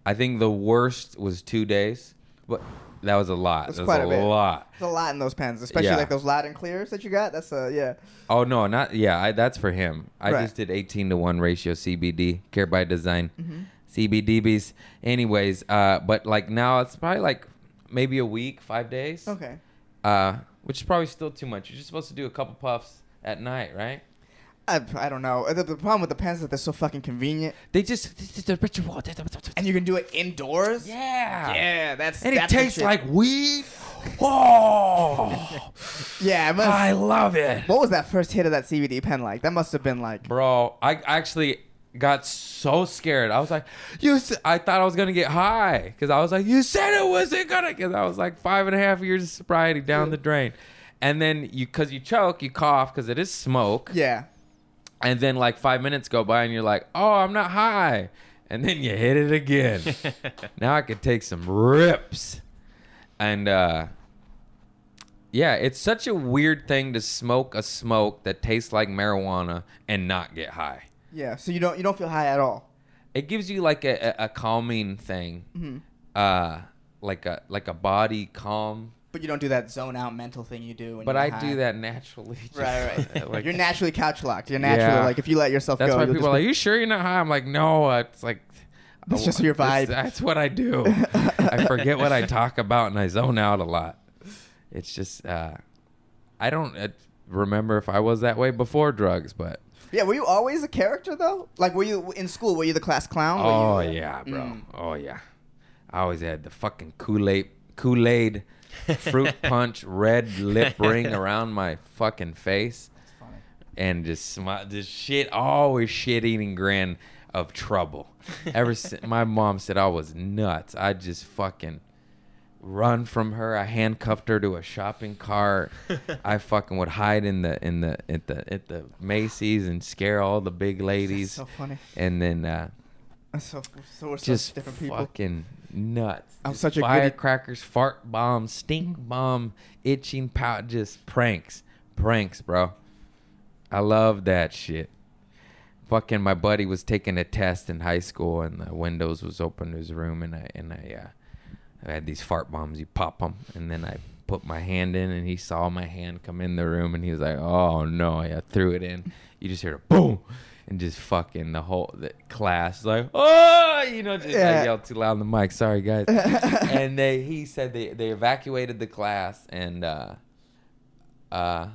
B: I think the worst was two days, but that was a lot.
D: That's
B: That's
D: quite
B: a,
D: a bit.
B: lot.
D: There's a lot in those pens, especially
B: Yeah.
D: like those loud and clears that you got. That's a yeah.
B: Oh no, not yeah. I, that's for him. I
D: Right.
B: just did eighteen to one ratio CBD care by design,
D: Mm-hmm.
B: CBDBs. Anyways, uh, but like now it's probably like maybe a week, five days.
D: Okay.
B: Uh, which is probably still too much. You're just supposed to do a couple puffs at night, right?
D: I, I don't know. The, the problem with the pens is that they're so fucking convenient,
B: They just
D: and you can do it indoors. Ah.
B: yeah
D: Yeah, that's
B: and it
D: that's the
B: tastes
D: shit.
B: like *laughs* weed. Oh,
D: yeah. It must,
B: I love it,
D: what was that first hit of that CBD pen like? That must have been like
B: bro. I actually got so scared. I was like, "You," s- I thought I was gonna get high because I was like, "You said it wasn't gonna." Because I was like five and a half years of sobriety down the drain, and then you because you choke, you cough because it is smoke,
D: yeah.
B: and then like five minutes go by and you're like, "Oh, I'm not high," and then you hit it
D: *laughs*
B: again. now I could take some rips. And uh yeah, it's such a weird thing to smoke a smoke that tastes like marijuana and not get high.
D: Yeah, so you don't you don't feel high at all.
B: It gives you like a, a, a calming thing.
D: Mm-hmm.
B: Uh like a like a body calm.
D: But you don't do that zone out mental thing you do. When
B: But
D: you're
B: I
D: high.
B: do that naturally. just-
D: Right, *laughs* right.
B: *laughs* like-
D: you're naturally couch locked. You're naturally
B: Yeah.
D: like if you let yourself
B: That's
D: go.
B: why
D: you'll
B: people are
D: just
B: like, "You sure you're not high?" I'm like, "No, it's like."
D: *laughs* That's
B: I-
D: just your
B: this-
D: vibe."
B: That's what I do. I forget what I talk about and I zone out a lot. It's just uh, I don't uh, remember if I was that way before drugs, but
D: be- yeah. Were you always a character though? Like were you in school? Were you the class clown?
B: oh
D: Were Mm. you,
B: yeah, bro. Oh yeah, I always had the fucking Kool Aid Kool Aid *laughs* fruit
C: *laughs*
B: punch red lip ring around my fucking face. and just smile, just shit, always shit eating grin of trouble. Ever since my mom said I was nuts, I just fucking run from her. I handcuffed her to a shopping cart. I fucking would hide in the in the at the at the Macy's and scare all the big ladies.
D: so funny.
B: And then uh,
D: So so we're
B: just
D: such different people.
B: fucking nuts.
D: I'm
B: Just
D: such a goody-
B: firecrackers, fart bomb, stink bomb, itching pout, just pranks, pranks, bro. I love that shit. Fucking my buddy was taking a test in high school, and the windows was open to his room, and I and I, uh, I had these fart bombs. You pop them, and then I put my hand in, and he saw my hand come in the room, and he was like, "Oh no!" I threw it in. You just hear a boom, and just fucking the whole the class is like, "Oh!" You know, just
D: Yeah.
B: I yelled too loud on the mic. Sorry, guys.
D: *laughs*
B: and they he said they they evacuated the class, and uh, uh,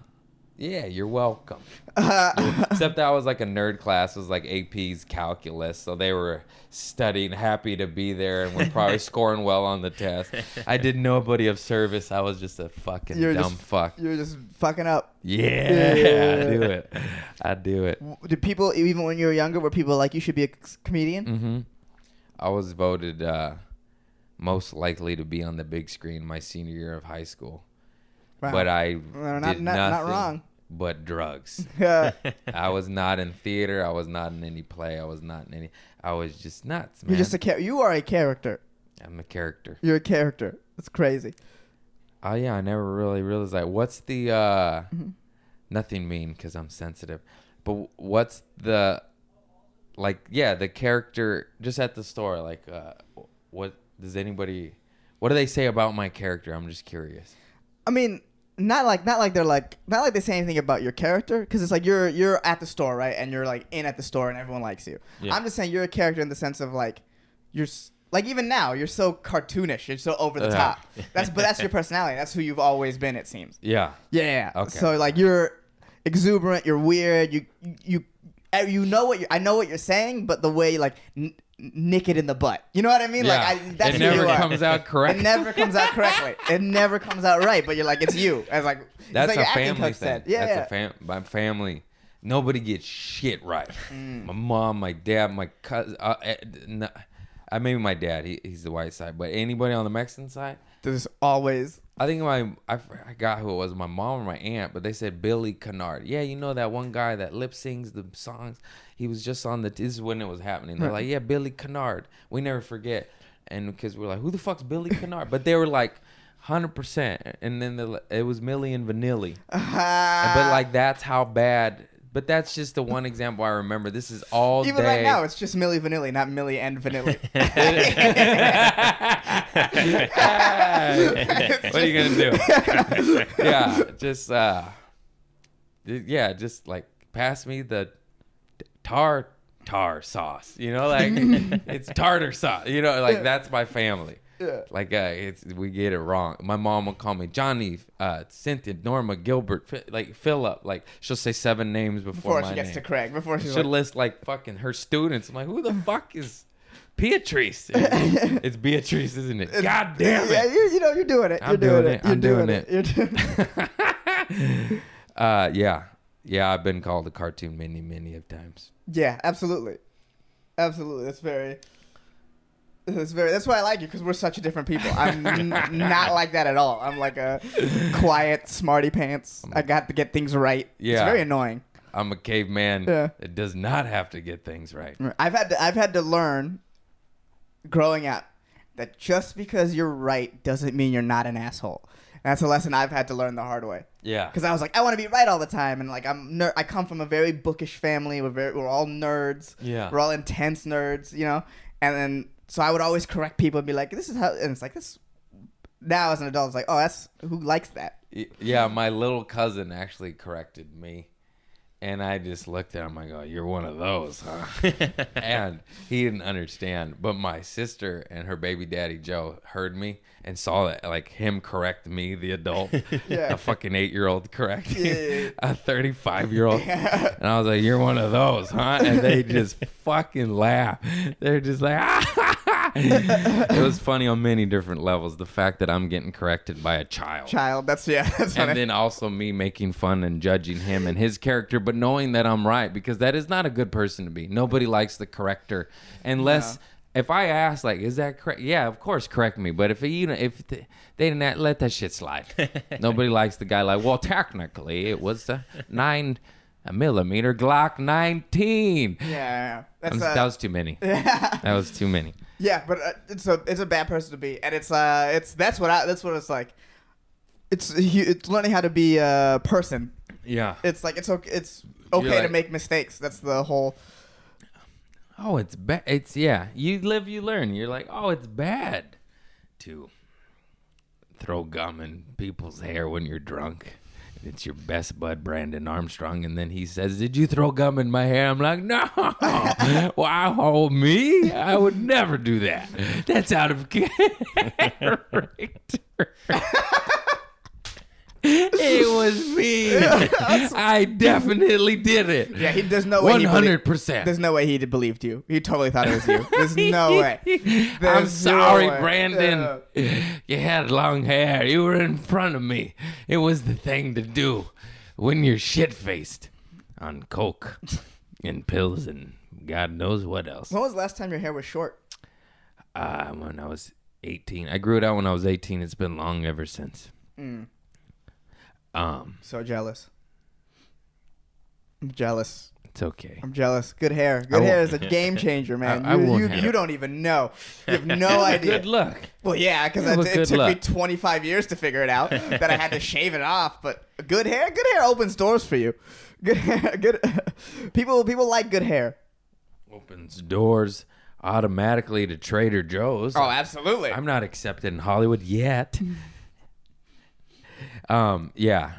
B: yeah, you're welcome. Except that I was like a nerd class. It was like AP's calculus, so they were studying, happy to be there, and were probably scoring well on the test. I did nobody of service. I was just a fucking
D: You're
B: dumb
D: just-
B: fuck.
D: You're just fucking up.
B: Yeah,
D: Yeah.
B: I do it. I do it.
D: W- Did people even when you were younger were people like you should be a c- comedian?
B: hmm I was voted uh, most likely to be on the big screen my senior year of high school,
D: Wow.
B: but I
D: Well, not-
B: did
D: not- not
B: nothing
D: wrong.
B: but drugs.
D: Yeah.
B: I was not in theater. I was not in any play. I was not in any. I was just nuts, man. *laughs*
D: *laughs* you're just a char- you are a character.
B: I'm a character.
D: You're a character. It's crazy.
B: Oh yeah, I never really realized like what's the uh
D: Mm-hmm.
B: nothing mean because I'm sensitive, but what's the like yeah the character just at the store like uh what does anybody what do they say about my character? I'm just curious.
D: I mean, not like not like they're like not like they say anything about your character because it's like you're you're at the store right and you're like in at the store and everyone likes you.
B: Yeah.
D: I'm just saying you're a character in the sense of like you're s- like even now you're so cartoonish, you're so over the
B: Yeah.
D: top.
B: *laughs*
D: That's but that's your personality. That's who you've always been. It seems.
B: Yeah.
D: Yeah.
B: Okay.
D: So like you're exuberant, you're weird, you you eh, you know what you I know what you're saying, but the way like n- nick it in the butt. You know what I mean?
B: Yeah.
D: Like I, that's
B: it
D: who
B: never
D: you are.
B: comes
D: *laughs*
B: out correct.
D: It never comes out correctly. It never comes out right. But you're like, it's you. As like, it's
B: That's
D: like
B: a
D: your acting
B: family
D: coach
B: thing.
D: said. Yeah,
B: That's
D: yeah.
B: a fam. My family.
D: Mm.
B: Nobody gets shit right. My mom, my dad, my cousin. Uh, eh, n- I maybe my dad. He, he's the white side, but anybody on the Mexican side,
D: There's always *laughs*
B: I think my I forgot who it was, my mom or my aunt, but they said Billy Kennard. Yeah, you know that one guy that lip sings the songs. He was just on the. This is when it was happening. They're like, yeah, Billy Kennard. We never forget. And because we're like, who the fuck's Billy Kennard? But they were like, hundred percent. And then the, it was Millie and Vanilli. but like that's how bad. But that's just the one example I remember. This is all
D: even
B: day. *laughs*
D: right now it's just Millie Vanilli, not Millie and Vanilli.
B: what are you gonna do? *laughs* yeah, just uh, y- yeah, just like pass me the tar tar sauce. You know,
D: *laughs*
B: like it's tartar sauce. You know, like that's my family.
D: Yeah.
B: Like uh, it's we get it wrong. My mom will call me Johnny, uh, Cynthia, Norma, Gilbert, Fi- like Philip. Like she'll say seven names before,
D: before
B: my
D: she gets
B: name.
D: to Craig, before she's
B: She'll
D: like,
B: list like fucking her students. I'm like, who the fuck is Beatrice? it's Beatrice, isn't it? God damn
D: yeah,
B: it!
D: you, you know you're doing it.
B: I'm
D: you're doing,
B: doing
D: it.
B: it.
D: You're
B: I'm doing it.
D: You're doing
B: *laughs* Uh, yeah, yeah. I've been called a cartoon many, many of times.
D: yeah, absolutely, absolutely. That's very. That's very. That's why I like you because we're such different people.
B: *laughs*
D: I'm n- not like that at all. I'm like a quiet, smarty pants. I got to get things right. it's
B: Yeah.
D: very annoying.
B: I'm a caveman
D: Yeah.
B: that does not have to get things right.
D: I've had to, I've had to learn, growing up, that just because you're right doesn't mean you're not an asshole. That's a lesson I've had to learn the hard way.
B: Yeah,
D: because I was like, I want to be right all the time, and like I'm ner- I come from a very bookish family. We're very, we're all nerds.
B: Yeah.
D: we're all intense nerds, you know. And then so I would always correct people and be like, this is how, and it's like this. Now as an adult, it's like, oh, that's who likes that.
B: Y- yeah. My little cousin actually corrected me, and I just looked at him. I go, "You're one of those, huh?"
D: *laughs*
B: and he didn't understand. But my sister and her baby daddy Joe heard me and saw that, like him correct me, the adult,
D: *laughs* Yeah.
B: a fucking eight year old correcting
D: Yeah, yeah, yeah.
B: a thirty five year old, and I was like, "You're one of those, huh?" And
D: *laughs*
B: they just fucking laugh. They're just like, *laughs* it was funny on many different levels. The fact that I'm getting corrected by a child.
D: Child, that's yeah, *laughs* that's funny.
B: And then also me making fun and judging him and his character, but knowing that I'm right because that is not a good person to be. Nobody likes the corrector, unless if I ask like, "Is that correct?" Yeah, of course, correct me. But if you know, if th- they didn't act- let that shit slide, nobody likes the guy like, "Well, technically, it was a nine a millimeter Glock 19."
D: yeah, yeah, yeah.
B: I'm-
D: that's uh,
B: that was too many. that was too many.
D: yeah, but uh, it's a it's a bad person to be, and it's uh it's that's what I that's what it's like. It's you- it's learning how to be a person.
B: Yeah.
D: It's like it's okay it's okay to
B: like-
D: make mistakes. That's the whole
B: Oh, it's bad. It's yeah. You live, you learn. You're like, oh, it's bad to throw gum in people's hair when you're drunk. It's your best bud, Brandon Armstrong, and then he says, "Did you throw gum in my hair?" I'm like, "No, wow, me? I would never do that. That's out of character." it was me. I definitely did it.
D: Yeah, he- there's no way
B: One
D: he believe-
B: hundred percent.
D: There's no way he believed you. He totally thought it was you.
B: *laughs*
D: There's no way.
B: I'm
D: There's no
B: sorry,
D: way.
B: Brandon. *laughs* You had long hair. You were in front of me. It was the thing to do when you're shit faced on coke and pills and God knows what else.
D: When was the last time your hair was short?
B: Uh, when I was 18, I grew it out when I was 18. It's been long ever since. Um,
D: So jealous. I'm jealous.
B: it's okay.
D: I'm jealous. Good hair. Good
B: won't-
D: hair
B: *laughs*
D: is a game changer, man.
B: I- I
D: you,
B: won't
D: you,
B: have
D: you
B: it.
D: don't even know. You have no
B: *laughs*
D: idea.
B: Good luck.
D: Well, yeah, because
B: It was
D: it,
B: good
D: took me
B: luck.
D: 25 years to figure
B: *laughs*
D: it out that I had to shave it off. But good hair, good hair opens doors for you. Good hair, good. *laughs* People, people like good hair.
B: Opens doors automatically to Trader Joe's.
D: Oh, absolutely.
B: I'm not accepted in Hollywood
D: *laughs*
B: yet. um, yeah.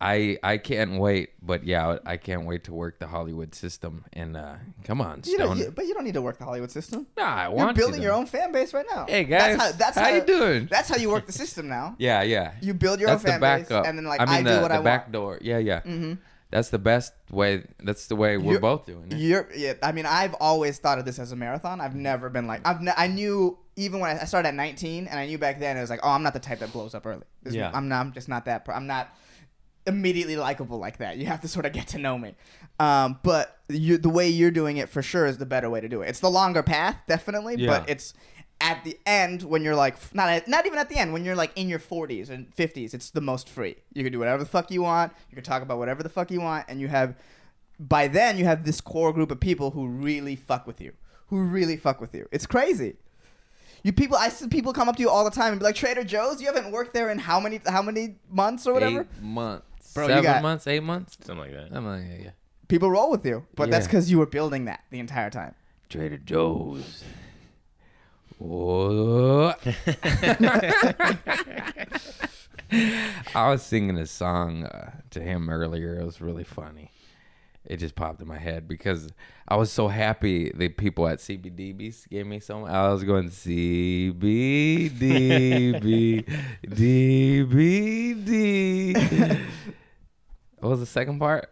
B: I I can't wait, but yeah, I can't wait to work the Hollywood system and uh come on,
D: you know,
B: Stone.
D: you, but you don't need to work the Hollywood system.
B: nah, I want
D: You're
B: to,
D: building
B: though.
D: your own fan base right now.
B: Hey, guys, how you doing?
D: That's how
B: *laughs*
D: you work the system now.
B: Yeah, yeah.
D: You build your
B: That's
D: own
B: the
D: fan base,
B: backup.
D: and then like I,
B: I mean
D: do
B: the,
D: what
B: the
D: I
B: back
D: want. Mm-hmm.
B: door. Yeah, yeah. That's the best way. That's the way we're
D: You're-
B: both doing it. Mm-hmm.
D: You're, yeah, I mean, I've always thought of this as a marathon. I've never been like I've. Ne- I knew even when I I started at 19, and I knew back then it was like, oh, I'm not the type that blows up early. This-
B: Yeah.
D: I'm not. I'm just not that. Per- I'm not. immediately likable like that. You have to sort of get to know me. Um, but you, the way you're doing it for sure is the better way to do it. It's the longer path, definitely,
B: Yeah.
D: but it's at the end when you're like f- not at, not even at the end when you're like in your 40s and 50s. It's the most free. You can do whatever the fuck you want. You can talk about whatever the fuck you want, and you have by then you have this core group of people who really fuck with you. Who really fuck with you? It's crazy. You people, I see people come up to you all the time and be like, "Trader Joe's, you haven't worked there in how many how many months or whatever."
B: Eight months.
D: Bro, you
B: Seven
D: got-
B: months, eight months.
C: Something like that.
B: I'm like, yeah, yeah.
D: people roll with you. But that's
B: Yeah.
D: because you were building that the entire time.
B: Trader Joe's. Oh. *laughs* I was singing a song uh, to him earlier. It was really funny. It just popped in my head because I was so happy the people at CBDBs gave me some. I was going CBDB, DBD. What was the second part?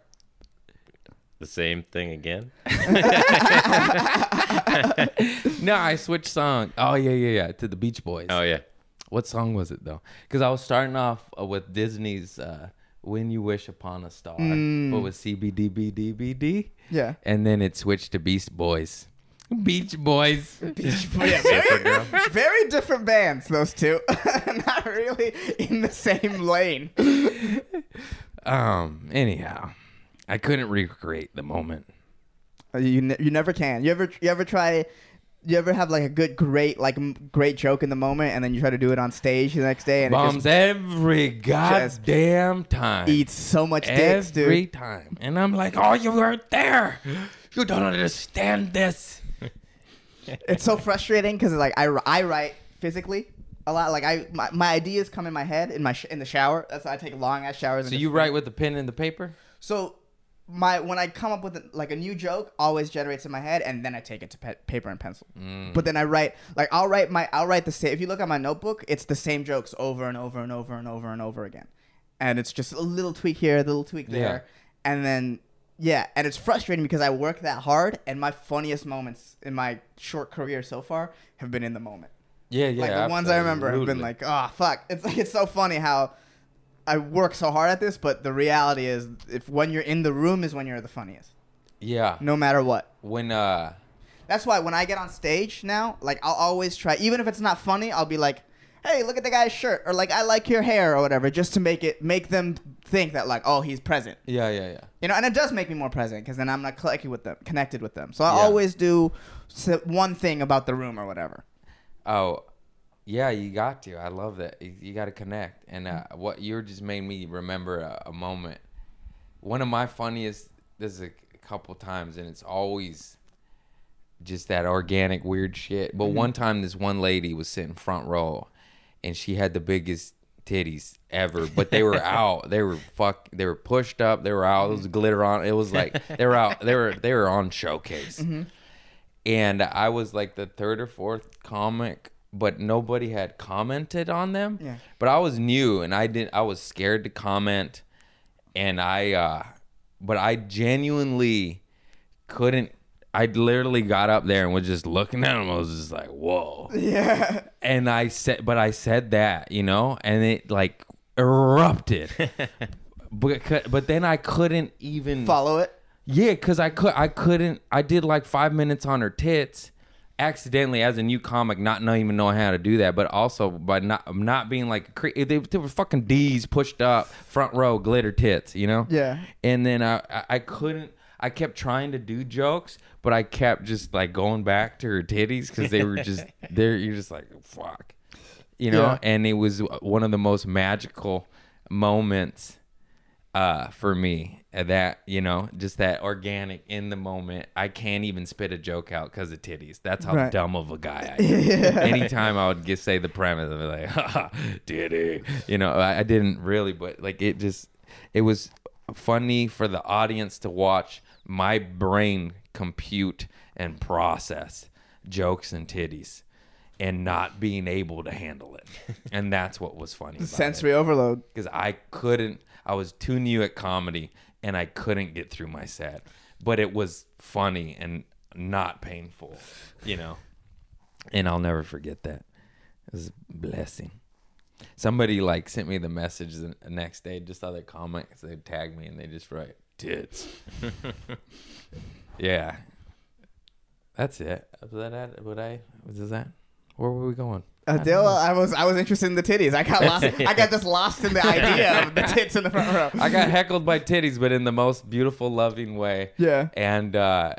C: The same thing again.
B: No, I switched song. Oh yeah, yeah, yeah. To the Beach Boys.
C: Oh yeah.
B: What song was it though? Because I was starting off uh, with Disney's uh, "When You Wish Upon a Star," but with CBDBDBD.
D: Mm. Yeah.
B: And then it switched to Beast Boys. Beach
D: *laughs*
B: Boys. Oh,
D: yeah, very, *laughs* very different bands, those two. *laughs* Not really in the same lane.
B: *laughs*
D: *laughs*
B: Um. Anyhow, I couldn't recreate the moment.
D: You ne- you never can. You ever you ever try. You ever have like a good, great, like m- great joke in the moment, and then you try to do it on stage the next day, and it
B: Bombs
D: just
B: every goddamn time.
D: eats so much dicks, dude.
B: every time. And I'm like, oh, you weren't there. You don't understand this.
D: it's so frustrating because like I, I write physically a lot. Like I my, my ideas come in my head in my sh- in the shower. That's why I take long ass showers.
B: So
D: and
B: you
D: just-
B: write with the pen and the paper.
D: So my when I come up with like a new joke, always generates in my head, and then I take it to pe- paper and pencil. But then I write like I'll write my I'll write the same. If you look at my notebook, it's the same jokes over and over and over and over and over again, and it's just a little tweak here, a little tweak
B: Yeah.
D: there, and then yeah, and it's frustrating because I work that hard, and my funniest moments in my short career so far have been in the moment.
B: Yeah, yeah.
D: Like the ones I remember have been
B: absolutely.
D: like, oh fuck. It's like it's so funny how I work so hard at this, but the reality is if when you're in the room is when you're the funniest.
B: yeah.
D: No matter what.
B: When uh,
D: That's why when I get on stage now, like I'll always try even if it's not funny, I'll be like, Hey, look at the guy's shirt or like I like your hair or whatever, just to make it make them think that like, oh, he's present.
B: yeah, yeah, yeah.
D: You know, and it does make me more present because then I'm not clicking with them, connected with them. So I
B: Yeah.
D: always do s- one thing about the room or whatever. *laughs*
B: Oh, yeah, you got to. I love that. You, you got to connect. And uh, what you just made me remember a, a moment. One of my funniest. This is a c- couple times, and it's always just that organic weird shit. But one time, this one lady was sitting front row, and she had the biggest titties ever. But they were out. They were fuck. They were pushed up. They were out. It was glitter on. It was like they were out. They were they were on showcase and I was like the third or fourth comic, but nobody had commented on them.
D: Yeah.
B: But I was new and I didn't I was scared to comment and I uh but I genuinely couldn't I literally got up there and was just looking at them. I was just like, whoa
D: Yeah.
B: and I said, but I said that, you know, and it like erupted. but but then I couldn't even
D: Follow it.
B: Yeah, cause I could I couldn't I did like five minutes on her tits, accidentally as a new comic, not not even knowing how to do that, but also by not not being like cre- they, they were fucking D's pushed up front row glitter tits, you know.
D: Yeah.
B: And then I I- I couldn't. I kept trying to do jokes, but I kept just like going back to her titties because they were
D: *laughs*
B: just there. You're just like fuck, you know.
D: Yeah.
B: And it was one of the most magical moments uh, for me. And That you know, just that organic in the moment. I can't even spit a joke out because of titties. That's how
D: Right.
B: dumb of a guy I am.
D: *laughs*
B: Anytime I would get say the premise, I'd be like, *laughs* ha, ha, titty. You know, I, I didn't really, but like it just, it was funny for the audience to watch my brain compute and process jokes and titties. And not being able to handle it, and that's what was funny. about it
D: Sensory overload.
B: because I couldn't. I was too new at comedy, and I couldn't get through my set. But it was funny and not painful, you know. And I'll never forget that. It was a blessing. Somebody like sent me the message the the next day, just other comments. They tagged me and they just write tits. yeah, that's it. Was that it? Would I? Was this that? Where were we going?
D: Adele, Uh, I was I was interested in the titties. I got lost. I got just lost *laughs* in the idea of the tits in the front row.
B: I got heckled by titties, but in the most beautiful, loving way.
D: *laughs* Yeah.
B: And uh,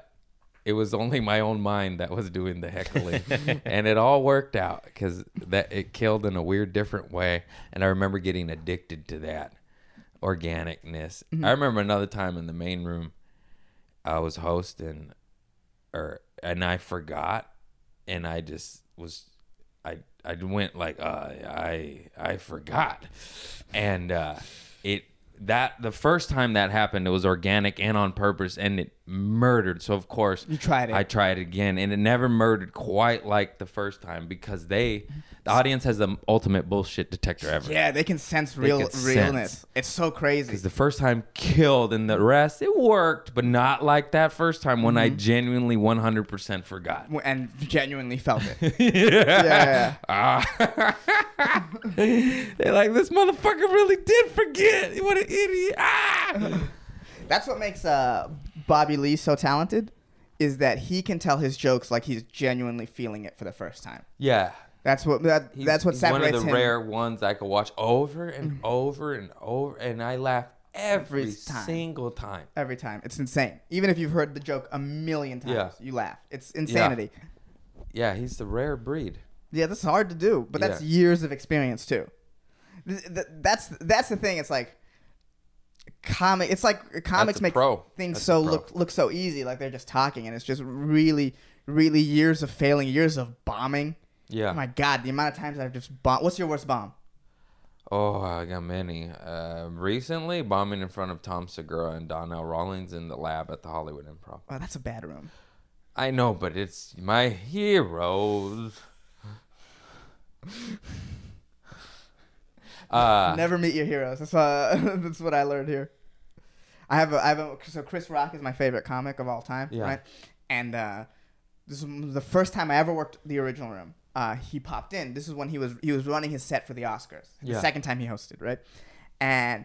B: it was only my own mind that was doing the heckling, and it all worked out because that it killed in a weird, different way. And I remember getting addicted to that organicness. I remember another time in the main room, I was hosting, or and I forgot, and I just was. I, I went like uh, I I forgot, and uh, it that the first time that happened it was organic and on purpose and it murdered. So of course
D: You tried it.
B: I tried it again and it never murdered quite like the first time because they the audience has the ultimate bullshit detector ever.
D: Yeah, they can sense real
B: can sense.
D: realness. It's so crazy.
B: Because the first time killed and the rest, it worked, but not like that first time when
D: Mm-hmm.
B: I genuinely 100% forgot.
D: and genuinely felt
B: *laughs*
D: it.
B: yeah. *laughs*
D: Yeah.
B: Ah. They're like, this motherfucker really did forget. What an idiot. Ah.
D: That's what makes uh, Bobby Lee so talented, is that he can tell his jokes like he's genuinely feeling it for the first time.
B: Yeah.
D: That's what that,
B: He's-
D: that's what
B: he's one
D: separates
B: of the
D: him. Mm-hmm.
B: rare ones I could watch over and over and over, and I laugh every,
D: Every time.
B: single time.
D: Every time, it's insane. Even if you've heard the joke a million times,
B: Yeah.
D: you laugh. It's insanity. Yeah.
B: Yeah, he's the rare breed.
D: that's hard to do, but that's
B: Yeah.
D: years of experience too. Th- th- that's that's the thing. It's like comic. It's like comics
B: a
D: make
B: pro.
D: things
B: That's a
D: so
B: pro.
D: look look so easy, like they're just talking, and it's just really, really years of failing, years of bombing.
B: Yeah.
D: Oh my god, the amount of times I've just bombed. What's your worst bomb?
B: Oh, I got many. Uh, recently, bombing in front of Tom Segura and Donnell Rawlings in the lab at the Hollywood Improv.
D: Oh, that's a bad room.
B: I know, but it's my heroes. Uh,
D: Never meet your heroes. That's uh, that's what *laughs* I learned here. I have a, I have a, so Chris Rock is my favorite comic of all time,
B: Yeah.
D: right? And uh, this is the first time I ever worked the original room. Uh, he popped in. This is when he was he was running his set for the Oscars.
B: Yeah.
D: The second time he hosted, right? And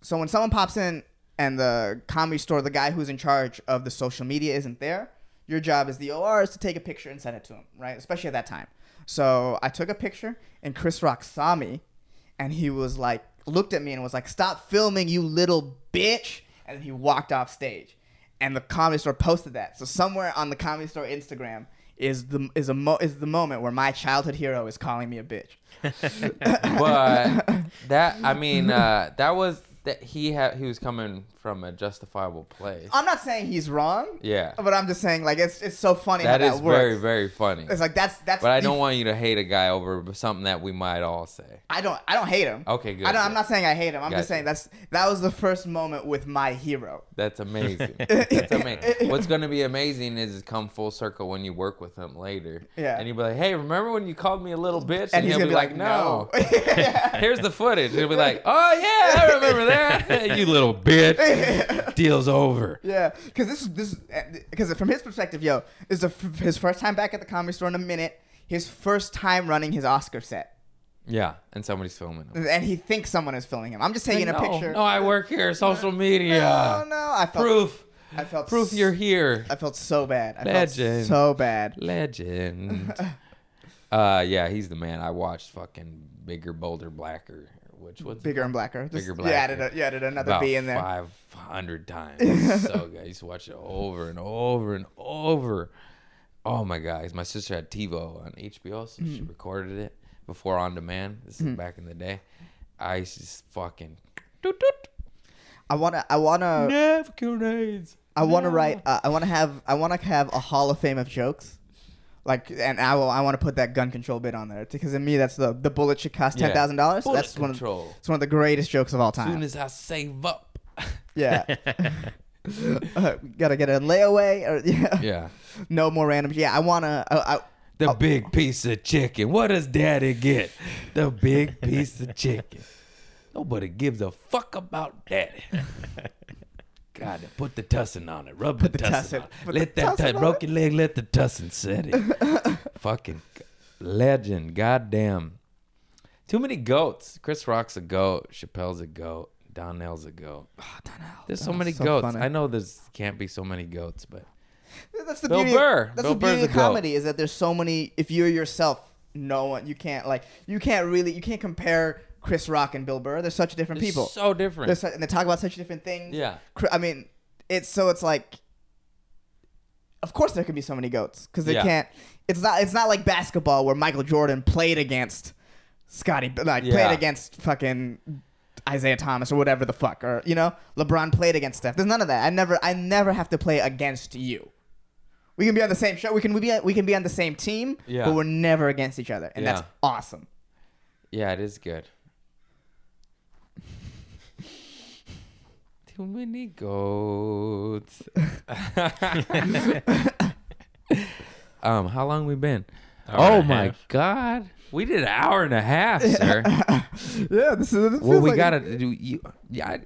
D: so when someone pops in and the comedy store, the guy who's in charge of the social media isn't there, your job as the OR is to take a picture and send it to him, right? Especially at that time. So I took a picture and Chris Rock saw me and he was like, looked at me and was like, stop filming, you little bitch. And then he walked off stage. And the comedy store posted that. So somewhere on the comedy store Instagram is the is a mo- is the moment where my childhood hero is calling me a bitch.
B: but that I mean uh, that was that he had he was coming from a justifiable place.
D: I'm not saying he's wrong.
B: Yeah,
D: But I'm just saying, like, it's it's so funny
B: that
D: how that
B: is
D: works.
B: very very funny.
D: It's like that's that's.
B: But I
D: the-
B: don't want you to hate a guy over something that we might all say.
D: I don't. I don't hate him.
B: Okay, good,
D: I don't, I'm
B: good.
D: not saying I hate him. I'm
B: Gotcha.
D: just saying that's that was the first moment with my hero.
B: That's
D: *laughs*
B: amazing. *laughs* That's amazing. What's going to be amazing is come full circle when you work with him later.
D: Yeah.
B: And you'll be like, hey, remember when you called me a little bitch?
D: And he's
B: he'll
D: gonna
B: be like, no. *laughs* Here's the footage. He'll be like, oh, yeah,
D: *laughs*
B: I remember that. *laughs* you little
C: *laughs*
B: *laughs* bitch. Deal's over.
D: yeah, because this this because from his perspective, yo, this is the f- his first time back at the comedy store in a minute. His first time running his Oscar set,
B: Yeah. And somebody's filming him.
D: and he thinks someone is filming him. I'm just taking
B: no,
D: a picture.
B: No, I work
D: *laughs*
B: here. Social
D: no,
B: media.
D: no, I felt
B: Proof.
D: I felt
B: Proof
D: s-
B: you're here.
D: *laughs* I felt so bad. I
B: Legend.
D: felt so bad. *laughs*
B: Legend. uh, yeah, he's the man. I watched fucking bigger, bolder, blacker, which was
D: Bigger and blacker. Just,
B: Bigger,
D: You added,
B: blacker.
D: a, you added another
B: about
D: B in there.
B: five hundred times. so good. I used to watch it over and over and over. Oh my guys, my sister had TiVo on HBO, so
D: Mm-hmm.
B: she recorded it before on demand. This is back in the day. I used to just fucking doot, doot,
D: I wanna, I wanna.
B: never kill AIDS.
D: I want to write. Uh, I want to have. I want to have a hall of fame of jokes, like, and I will. I want to put that gun control bit on there because in me, that's the the bullet should cost
B: Yeah.
D: ten thousand dollars.
B: Bullet
D: That's one. Of,
B: control.
D: it's one of the greatest jokes of all
B: As soon
D: time.
B: as I save up. *laughs*
D: yeah. *laughs* Uh, gotta get a layaway or *laughs* yeah.
B: yeah.
D: No more random. Yeah, I wanna. I, I,
B: The big piece of chicken. What does daddy get? The
D: *laughs*
B: big piece of chicken. Nobody gives a fuck about
D: *laughs*
B: daddy. God, put the tussin on it. Rub the,
D: the
B: tussin,
D: tussin.
B: on it.
D: Put
B: let
D: the
B: that
D: tussin
B: tussin
D: on
B: broken leg, let the
D: *laughs*
B: tussin set it. Fucking legend. Goddamn. Too many goats. Chris Rock's a goat. Chappelle's a goat. Donnell's a goat. There's so many
D: Ah, so
B: goats.
D: funny.
B: I know there's can't be so many goats, but
D: That's the
B: Bill
D: beauty. of-
B: Burr.
D: That's
B: Bill
D: the beauty
B: Burr's
D: of
B: a goat.
D: comedy is that there's so many. If you're yourself, no one you can't like you can't really you can't compare Chris Rock and Bill Burr. They're such different
B: they're
D: people.
B: so
D: They're
B: different.
D: su- and they talk about such different things.
B: yeah.
D: Cr- I mean, it's so it's like. Of course, there can be so many goats because they
B: Yeah.
D: can't. It's not. It's not like basketball where Michael Jordan played against Scotty, like
B: Yeah.
D: played against fucking Isaiah Thomas or whatever the fuck, or you know, LeBron played against Steph. There's none of that. I never. I never have to play against you. We can be on the same show. We can we be we can be on the same team,
B: Yeah.
D: but we're never against each other, and that's
B: Yeah.
D: awesome.
B: Yeah, it is good. Too many goats. um, how long we been?
C: Hour
B: oh
C: and a
B: my
C: half.
B: god, we did an hour and a
D: *laughs*
B: half, sir.
D: Yeah, this is.
B: well, we gotta do you. Yeah, I-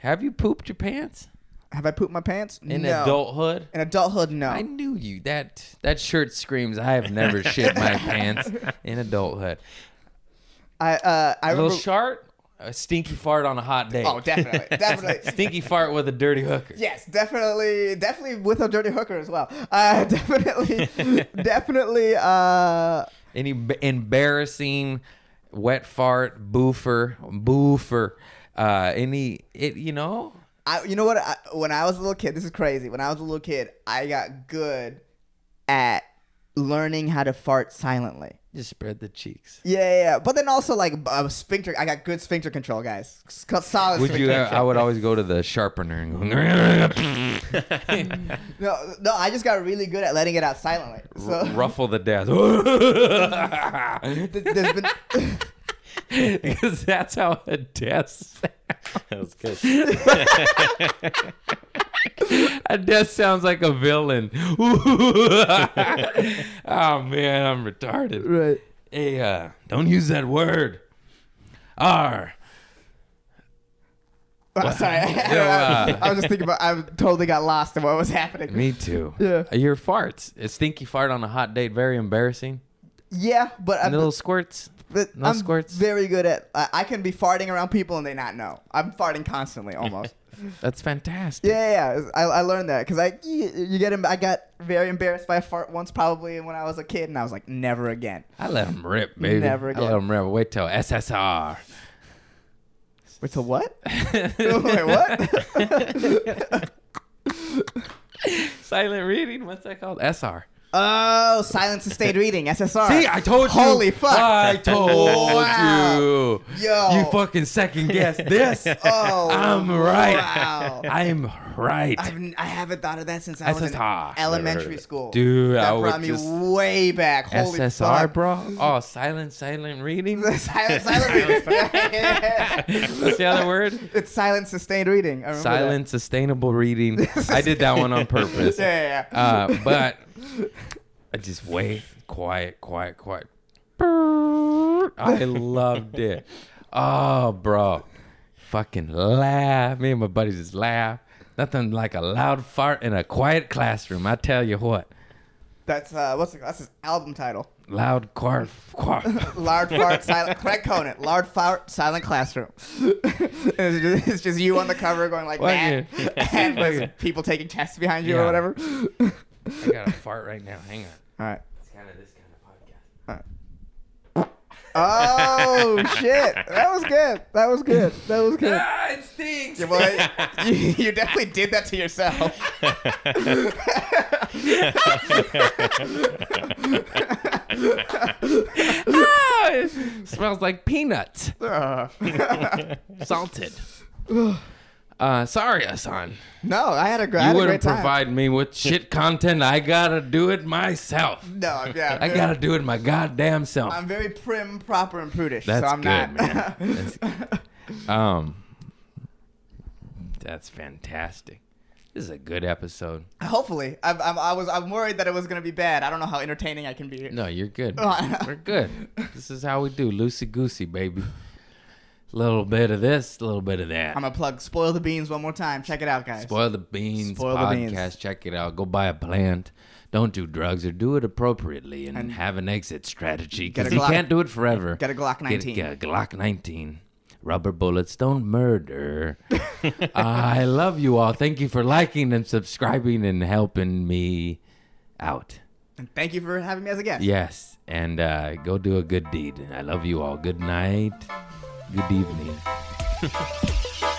B: have you pooped your pants
D: Have I pooped my pants?
B: in
D: no.
B: adulthood?
D: In adulthood, no.
B: I knew you. That that shirt screams. I have never shit
D: *laughs*
B: my pants in adulthood.
D: I uh,
B: A
D: I
B: little
D: remember.
B: shart, a stinky fart on a hot day.
D: oh,
B: *laughs*
D: definitely, definitely.
B: Stinky fart with a dirty hooker.
D: Yes, definitely, definitely with a dirty hooker as well. Uh, *laughs* definitely,
B: *laughs*
D: definitely. Uh,
B: Any b- embarrassing wet fart, boofer, boofer. Uh, any it you know?
D: I, you know what? I, when I was a little kid, this is crazy. When I was a little kid, I got good at learning how to fart silently.
B: Just spread the cheeks.
D: Yeah, yeah. yeah. But then also like uh, sphincter. I got good sphincter control, guys. S- Solid
B: Would
D: sphincter.
B: you? uh, I would always go to the sharpener and go
D: no, no. I just got really good at letting it out silently. So
B: *laughs*
D: *laughs*
B: ruffle the death
D: there's
B: *laughs*
D: been. *laughs*
B: because that's how a death. sounds.
C: That was good.
B: A death sounds like a villain. *laughs* oh man, I'm retarded.
D: right.
B: Hey, uh, don't use that word. R.
D: Oh, sorry, I,
B: Yeah,
D: *laughs* I was just thinking about. I totally got lost in what was happening.
B: Me too. Uh,
D: Yeah.
B: Your farts. A stinky fart on a hot date, very embarrassing.
D: Yeah, but I'm,
B: And little squirts.
D: but
B: no
D: I'm
B: squirts?
D: very good at. I I can be farting around people and they not know. I'm farting constantly,
B: *laughs*
D: almost.
B: That's fantastic.
D: yeah, yeah, yeah. I, I learned that because I you, you get em- I got very embarrassed by a fart once, probably when I was a kid, and I was like, never again.
B: I let them rip, baby.
D: Never
B: I let
D: again.
B: them rip. Wait till SSR.
D: Wait, so what? *laughs* Wait,
B: *laughs*
D: what?
B: Silent reading. What's that called? SR.
D: oh, silent sustained reading, SSR.
B: See, I told you.
D: Holy fuck. *laughs*
B: I told
D: Wow.
B: you.
D: Yo.
B: You fucking second
D: *laughs*
B: guess this.
D: Oh,
B: *laughs* I'm right.
D: wow.
B: *laughs* I'm right.
D: I've, n- I haven't thought of that since I was in
B: SSR.
D: elementary school.
B: Dude,
D: that
B: I would
D: brought me
B: just-
D: way back. Holy
B: SSR,
D: fuck.
B: bro. Oh, silent, silent reading.
D: *laughs*
B: *laughs*
D: The silent, silent reading. *laughs*
B: What's the other word?
D: It's silent sustained reading. I remember that.
B: Silent, sustainable reading. I did that one on purpose.
D: *laughs* Yeah, yeah, yeah.
B: Uh, but I just wait, quiet, quiet, quiet. I loved it. Oh, bro. Fucking laugh. Me and my buddies just laugh. Nothing like a loud fart in a quiet classroom. I tell you what.
D: that's uh, what's it, that's his album title. *laughs*
B: Loud quarf, quarf.
D: Lard fart silent. Craig Conant. Lard fart silent classroom. *laughs* it's, just, it's just you on the cover going like
B: Fuck
D: that, *laughs* and there's people taking tests behind you
B: Yeah.
D: or whatever. *laughs* All
B: I got to fart right now. Hang on.
D: right.
B: It's kind of this kind of podcast. *laughs*
D: Oh shit! That was good. That was good. That was good.
B: Ah, it stinks. *laughs*
D: Yeah, well, you, you definitely did that to yourself.
B: Ah, it smells like peanuts.
D: Ugh.
B: Salted. Uh, sorry, Hassan.
D: no, I had a, gr- I
B: You
D: had a
B: wouldn't
D: great time.
B: provide me with shit content. I gotta do it myself.
D: no, yeah,
B: I gotta do it my goddamn self.
D: I'm very prim, proper, and prudish,
B: That's
D: so I'm
B: good,
D: not. *laughs*
B: man. Um, that's fantastic. This is a good episode.
D: Hopefully, I'm, I'm, I was I'm worried that it was gonna be bad. I don't know how entertaining I can be. *laughs*
B: No, you're good.
D: Oh.
B: We're good. This is how we do loosey goosey, baby. Little bit of this, little bit of that.
D: I'm gonna plug spoil the beans one more time. Check it out, guys.
B: Spoil the Beans
D: Spoil the
B: podcast.
D: Beans.
B: Check it out. Go buy a plant. don't do drugs or do it appropriately and, have an exit strategy
D: Get a
B: because you
D: Glock-
B: can't do it forever.
D: Get a Glock 19.
B: Get, a Glock 19. Rubber bullets don't murder. I love you all. Thank you for liking and subscribing and helping me out.
D: And thank you for having me as a guest.
B: Yes, and uh, go do a good deed. I love you all. Good night. Good evening.